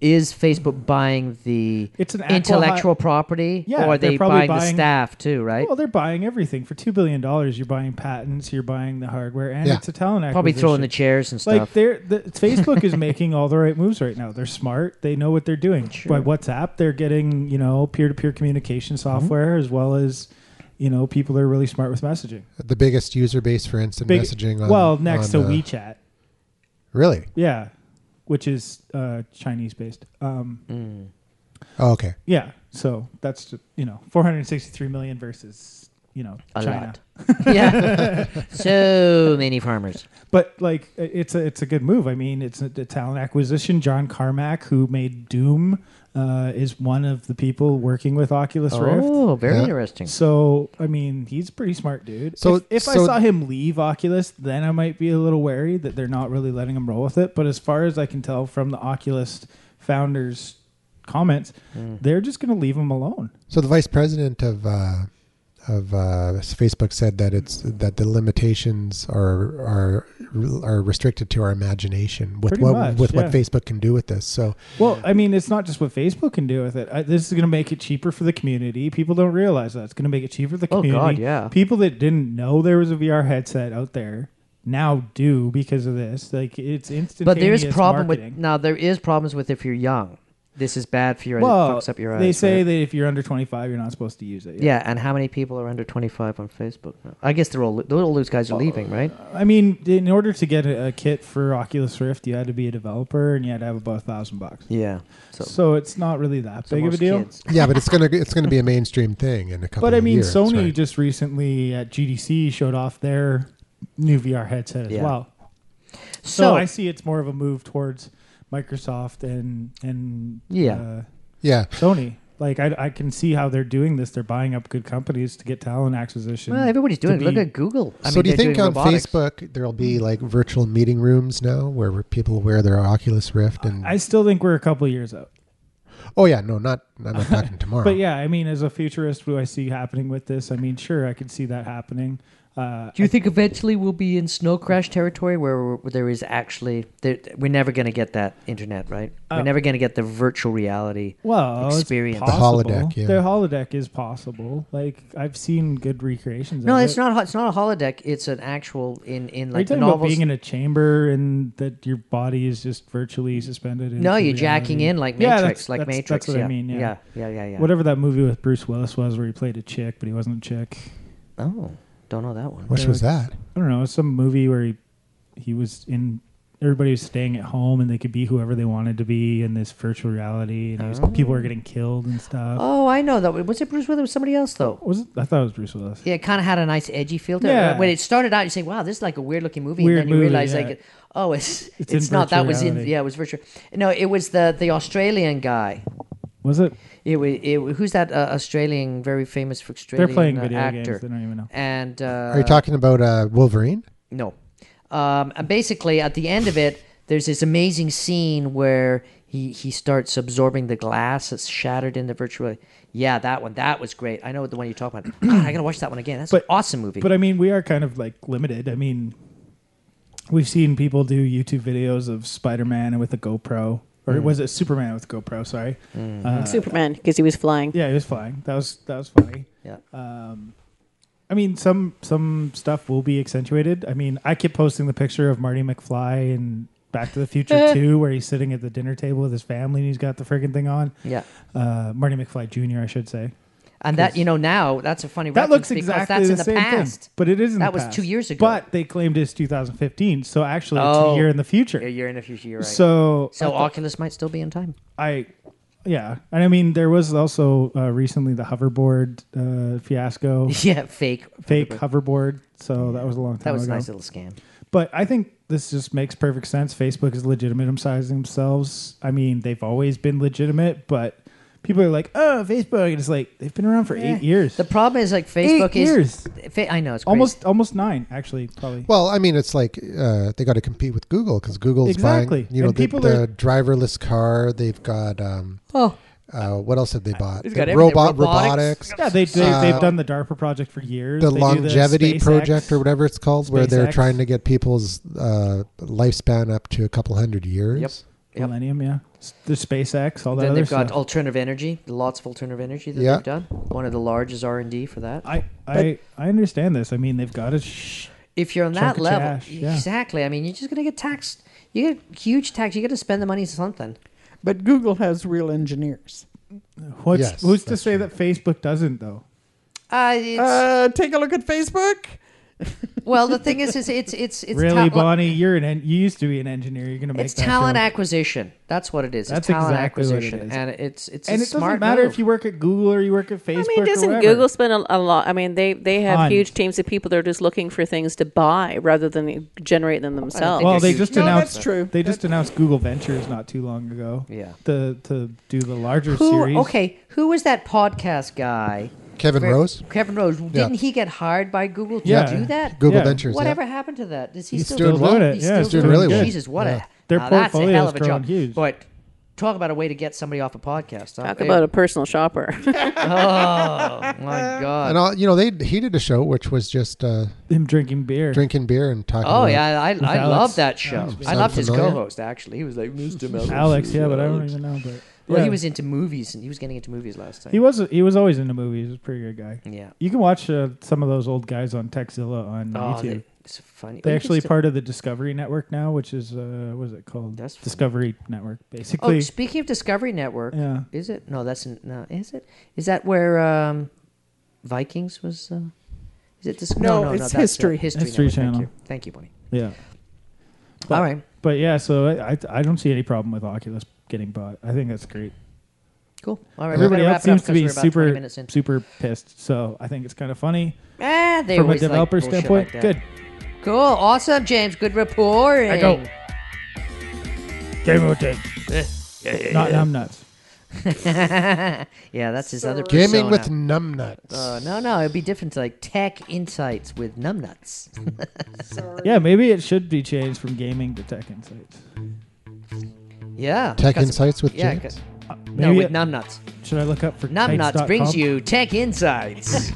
is Facebook buying the It's an aqua- intellectual property, Yeah, or are they're they probably buying, the buying- staff too? Right? Well, they're buying everything for two billion dollars. You're buying patents, you're buying the hardware, and Yeah. it's a talent acquisition. probably throwing the chairs and like stuff. they're the, Facebook is making all the right moves right now. They're smart. They know what they're doing. Sure. Mm-hmm. By WhatsApp, they're getting you know peer to peer communication software as well as you know people that are really smart with messaging. The biggest user base for instant Big- messaging. On, well, next on, to uh, WeChat, Really? yeah, which is uh, Chinese based. Um, Mm, Oh, okay. yeah, so that's ju- you know 463 million versus you know a China. lot. yeah. so many farmers. but like i- it's a it's a good move. I mean, it's a, a talent acquisition. John Carmack, who made Doom, uh, is one of the people working with Oculus Rift. Oh, very Yeah. interesting. So I mean, he's a pretty smart dude. So- if, if I so- saw him leave Oculus, then I might be a little wary that they're not really letting him roll with it. But as far as I can tell from the Oculus founders' comments, Hmm. they're just going to leave him alone. So the vice president of uh, of uh, Facebook said that it's that the limitations are are are restricted to our imagination with Pretty what much, with yeah. what Facebook can do with this. So Well, I mean, it's not just what Facebook can do with it. I, this is going to make it cheaper for the community. People don't realize that it's going to make it cheaper for the Oh, God, community. yeah. People that didn't know there was a VR headset out there now do because of this. Like it's instant. But there is problem with now. There is problems with if you're young. This is bad for your. well, it fucks up your eyes. they say right? that if you're under 25, you're not supposed to use it. Yeah, and how many people are under 25 on Facebook now? I guess they're all those- all those guys are leaving, right? I mean, in order to get a, a kit for Oculus Rift, you had to be a developer and you had to have about a thousand bucks. Yeah. So, So it's not really that so big of a most deal. kids. yeah, but it's gonna it's gonna be a mainstream thing in a couple. But I of mean, years, Sony right? just recently at GDC showed off their new VR headset as Yeah. well. So, So, I see it's more of a move towards Microsoft and and Yeah. uh, yeah, Sony. Like I, I can see how they're doing this. They're buying up good companies to get talent acquisition. well, everybody's to doing. it. Look be- at Google. I so mean, do you they're think doing on robotics. Facebook there'll be like virtual meeting rooms now where people wear their Oculus Rift and I still think we're a couple years out. oh yeah, no, not I'm not talking tomorrow. Uh-huh. But yeah, I mean, as a futurist, what do I see happening with this? I mean, sure, I could see that happening. Uh, Do you think eventually we'll be in snow crash territory where, we're- where there is actually there, we're never going to get that internet, right? Uh, we're never going to get the virtual reality. well, Experience. It's The possible. holodeck, yeah. The holodeck is possible. Like I've seen good recreations. No, of it's it. not. ho- It's not a holodeck. It's an actual in in Are you like the talking about novels. being in a chamber and that your body is just virtually suspended? no, into you're jacking reality? in like Yeah, Matrix, that's- like that's- Matrix. That's what yeah. I mean. Yeah. yeah, yeah, yeah, yeah. Whatever that movie with Bruce Willis was, where he played a chick, but he wasn't a chick. Oh, don't know that one. which was that? I don't know. It's some movie where he he was in. Everybody was staying at home, and they could be whoever they wanted to be in this virtual reality, and he was- people were getting killed and stuff. Oh, I know that. one. Was it Bruce Willis? It Was somebody else though? Was it? I thought it was Bruce Willis. Yeah, it kind of had a nice edgy feel to Yeah. it. When it started out, you say, "Wow, this is like a weird looking movie," Weird and then you movie, realize, yeah. like, oh, it's It's it's, in not. virtual That was in reality. yeah, it was virtual. No, it was the the Australian guy. Was it? It was it, wa- who's that uh, Australian very famous for Australian They're playing uh, video actor games. They don't even know. and uh, Are you talking about uh, Wolverine? No. Um, and basically, at the end of it, there's this amazing scene where he, he starts absorbing the glass that's shattered in the virtual. Yeah, that one. That was great. I know the one you're talking about. God, I gotta watch that one again. That's But- an awesome movie. But I mean, we are kind of like limited. I mean, we've seen people do YouTube videos of Spider Man with a GoPro, or Hmm. was it Superman with a GoPro? Sorry, Uh, Superman because he was flying. yeah, he was flying. That was that was funny. yeah. I mean, some some stuff will be accentuated. I mean, I kept posting the picture of Marty McFly in Back to the Future Two, where he's sitting at the dinner table with his family and he's got the friggin' thing on. yeah. Uh, Marty McFly Jr., I should say. And that you know now that's a funny That reference looks because exactly that's the, in the same past. thing, but it is in That the was past. two years ago. But they claimed it's 2015, so actually it's Oh. a year in the future. Yeah, you're in a few years. Right. So, so I, thought- Oculus might still be in time. I- yeah, and I mean there was also uh, recently the hoverboard uh, fiasco, yeah, fake. fake hoverboard. So that was a long time. That was a ago. nice little scam. But I think this just makes perfect sense. Facebook is legitimizing themselves. I mean, they've always been legitimate, but people are like, "Oh, Facebook," and it's like they've been around for eight years, The problem is like Facebook Eight is. years. Fa- I know it's crazy. almost almost nine actually, probably. Well, I mean, it's like uh, they got to compete with Google because Google's Exactly. buying, you know, And the, people the are- driverless car. They've got, um, Oh. uh, what else have they bought? It's The got everything. robot robotics, Robotics. yeah, they, they Uh, they've done the DARPA project for years. the They do longevity SpaceX. project or whatever it's called, where they're SpaceX. trying to get people's uh, lifespan up to a couple hundred years. Yep. Yep. Millennium, yeah. S- The SpaceX, all that then other they've got stuff. alternative energy, lots of alternative energy that Yeah. they've done. One of the largest R and D for that. I, I, I understand this. I mean, they've got to. Sh- If you're on that Chunk of level, cash, yeah. exactly. I mean, you're just gonna get taxed. You get huge tax. You got to spend the money on something. But Google has real engineers. what's Yes, who's to that's say true. that Facebook doesn't though? Uh, it's, Uh, take a look at Facebook. well, the thing is, is it's it's it's really, ta- Bonnie, you're an en- you used to be an engineer. You're gonna make It's that talent job. acquisition. That's what it is. That's it's talent exactly what it acquisition, is. and it's it's a and it doesn't smart matter move. if you work at Google or you work at Facebook. I mean, or doesn't wherever. Google spend a, a lot? I mean, they they have Ton. huge teams of people that are just looking for things to buy rather than generate them themselves. Well, they Huge. just No, announced. that's true. They just announced Google Ventures not too long ago. Yeah. To to do the larger Who? series. Okay, who was that podcast guy? Kevin Where- Rose, Kevin Rose. Didn't he get hired by Google to Yeah. do that? Google Yeah. Ventures. yeah. Whatever happened to that? Is he He's still, still doing it. Yeah, he's doing really it. well. Jesus, what Yeah. a Their now that's a portfolio's hell of a grown job. huge. But talk about a way to get somebody off a podcast. huh? Talk Hey. about a personal shopper. Oh my god. And all, you know, they he did a show which was just uh, Him drinking beer. drinking beer and talking. Oh about- yeah, I, I Alex. love that show. I Sound loved his familiar? co-host actually. He was like Mr. Melvin. Alex, yeah, but I don't even know. But Well, yeah. he was into movies, and he was getting into movies last time. He was he was always into movies. He was a pretty good guy. Yeah. You can watch uh, some of those old guys on Techzilla on Oh, YouTube. they, it's funny. Well, They, are you can actually still- part of the Discovery Network now, which is uh, what is it called? That's funny. Discovery Network, Oh, basically. speaking of Discovery Network, yeah. is it? No, that's in, no. Is it? Is that where um, Vikings was? Uh, is it Discovery? No, No, no, it's that's, uh, History. History, History Network. Channel. Thank you, thank you, Bonnie. Yeah. All right, But yeah, so I, I I don't see any problem with Oculus getting bought. I think that's great. cool. All right, we're Everybody gonna else wrap it up seems to 'cause be we're about 20 super minutes in. super pissed. So I think it's kind of funny Ah, they from a always like developer bullshit like standpoint. that. Good. Cool. Awesome, James. Good reporting. I go. Game of Eh, the day. Not I'm nuts. yeah, that's his other Gaming persona. with numbnuts. Uh, no, no, it'd be different to like tech insights with numbnuts. Yeah, maybe it should be changed from gaming to tech insights. yeah. Tech because- Insights with Yeah, James. because- Uh, maybe no, with it- numbnuts. should I look up for Numbnuts kites.com? brings you tech insights.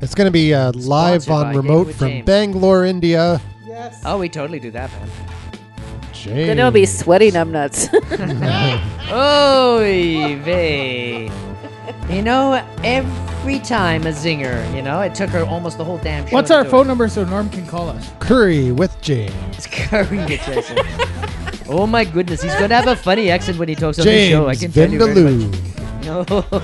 It's going to be uh, live Sponsored by on Gaming remote with from James. Bangalore, India. Yes. oh, we totally do that, man. James. then it'll be sweaty numbnuts. Oy vey. You know, every time a zinger, you know, it took her almost the whole damn show. What's to our do phone number so Norm can call us? Curry with James. it. It's Curry and Jason. Oh my goodness, he's gonna have a funny accent when he talks on the James show. I can tell you. Right Vindaloo. No.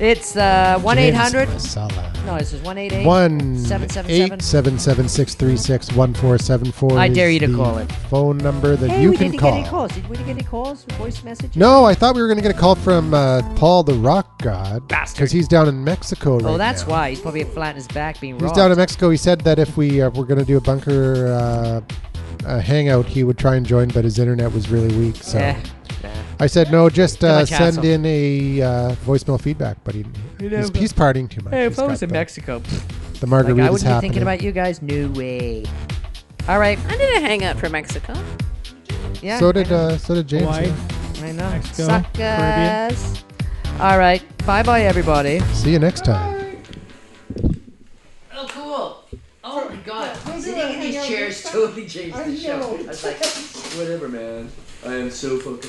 it's uh, 1 800. James Masala. No, this is 1 888. One Seven, seven, seven. eight seven seven six three six one four seven four. I dare is you to the call it. Phone number that Hey, you we can didn't call. get any calls. Did we get any calls? Voice messages? No, I thought we were going to get a call from uh, Paul the Rock God. Bastard. Because he's down in Mexico right Oh, that's now. why. He's probably flat in his back being He's robbed. down in Mexico. He said that if we uh, were going to do a bunker uh, uh, hangout, he would try and join, but his internet was really weak. So Eh, nah. I said, no, just uh, much send hassle. in a uh, voicemail feedback. But he, he's, he's partying too much. Hey, He's if I got was in the, Mexico, pfft, the like, I margarita's wouldn't be happening. thinking about you guys. No way. All right. I did a hangout for Mexico. Yeah. so I did know. uh, so did James. Hawaii. I know. Mexico, Suckers. All right. Bye bye, everybody. See you next time. Oh, cool. Oh, my God. Sitting in these chairs totally changed the show. I was like, Whatever, man. I am so fucking.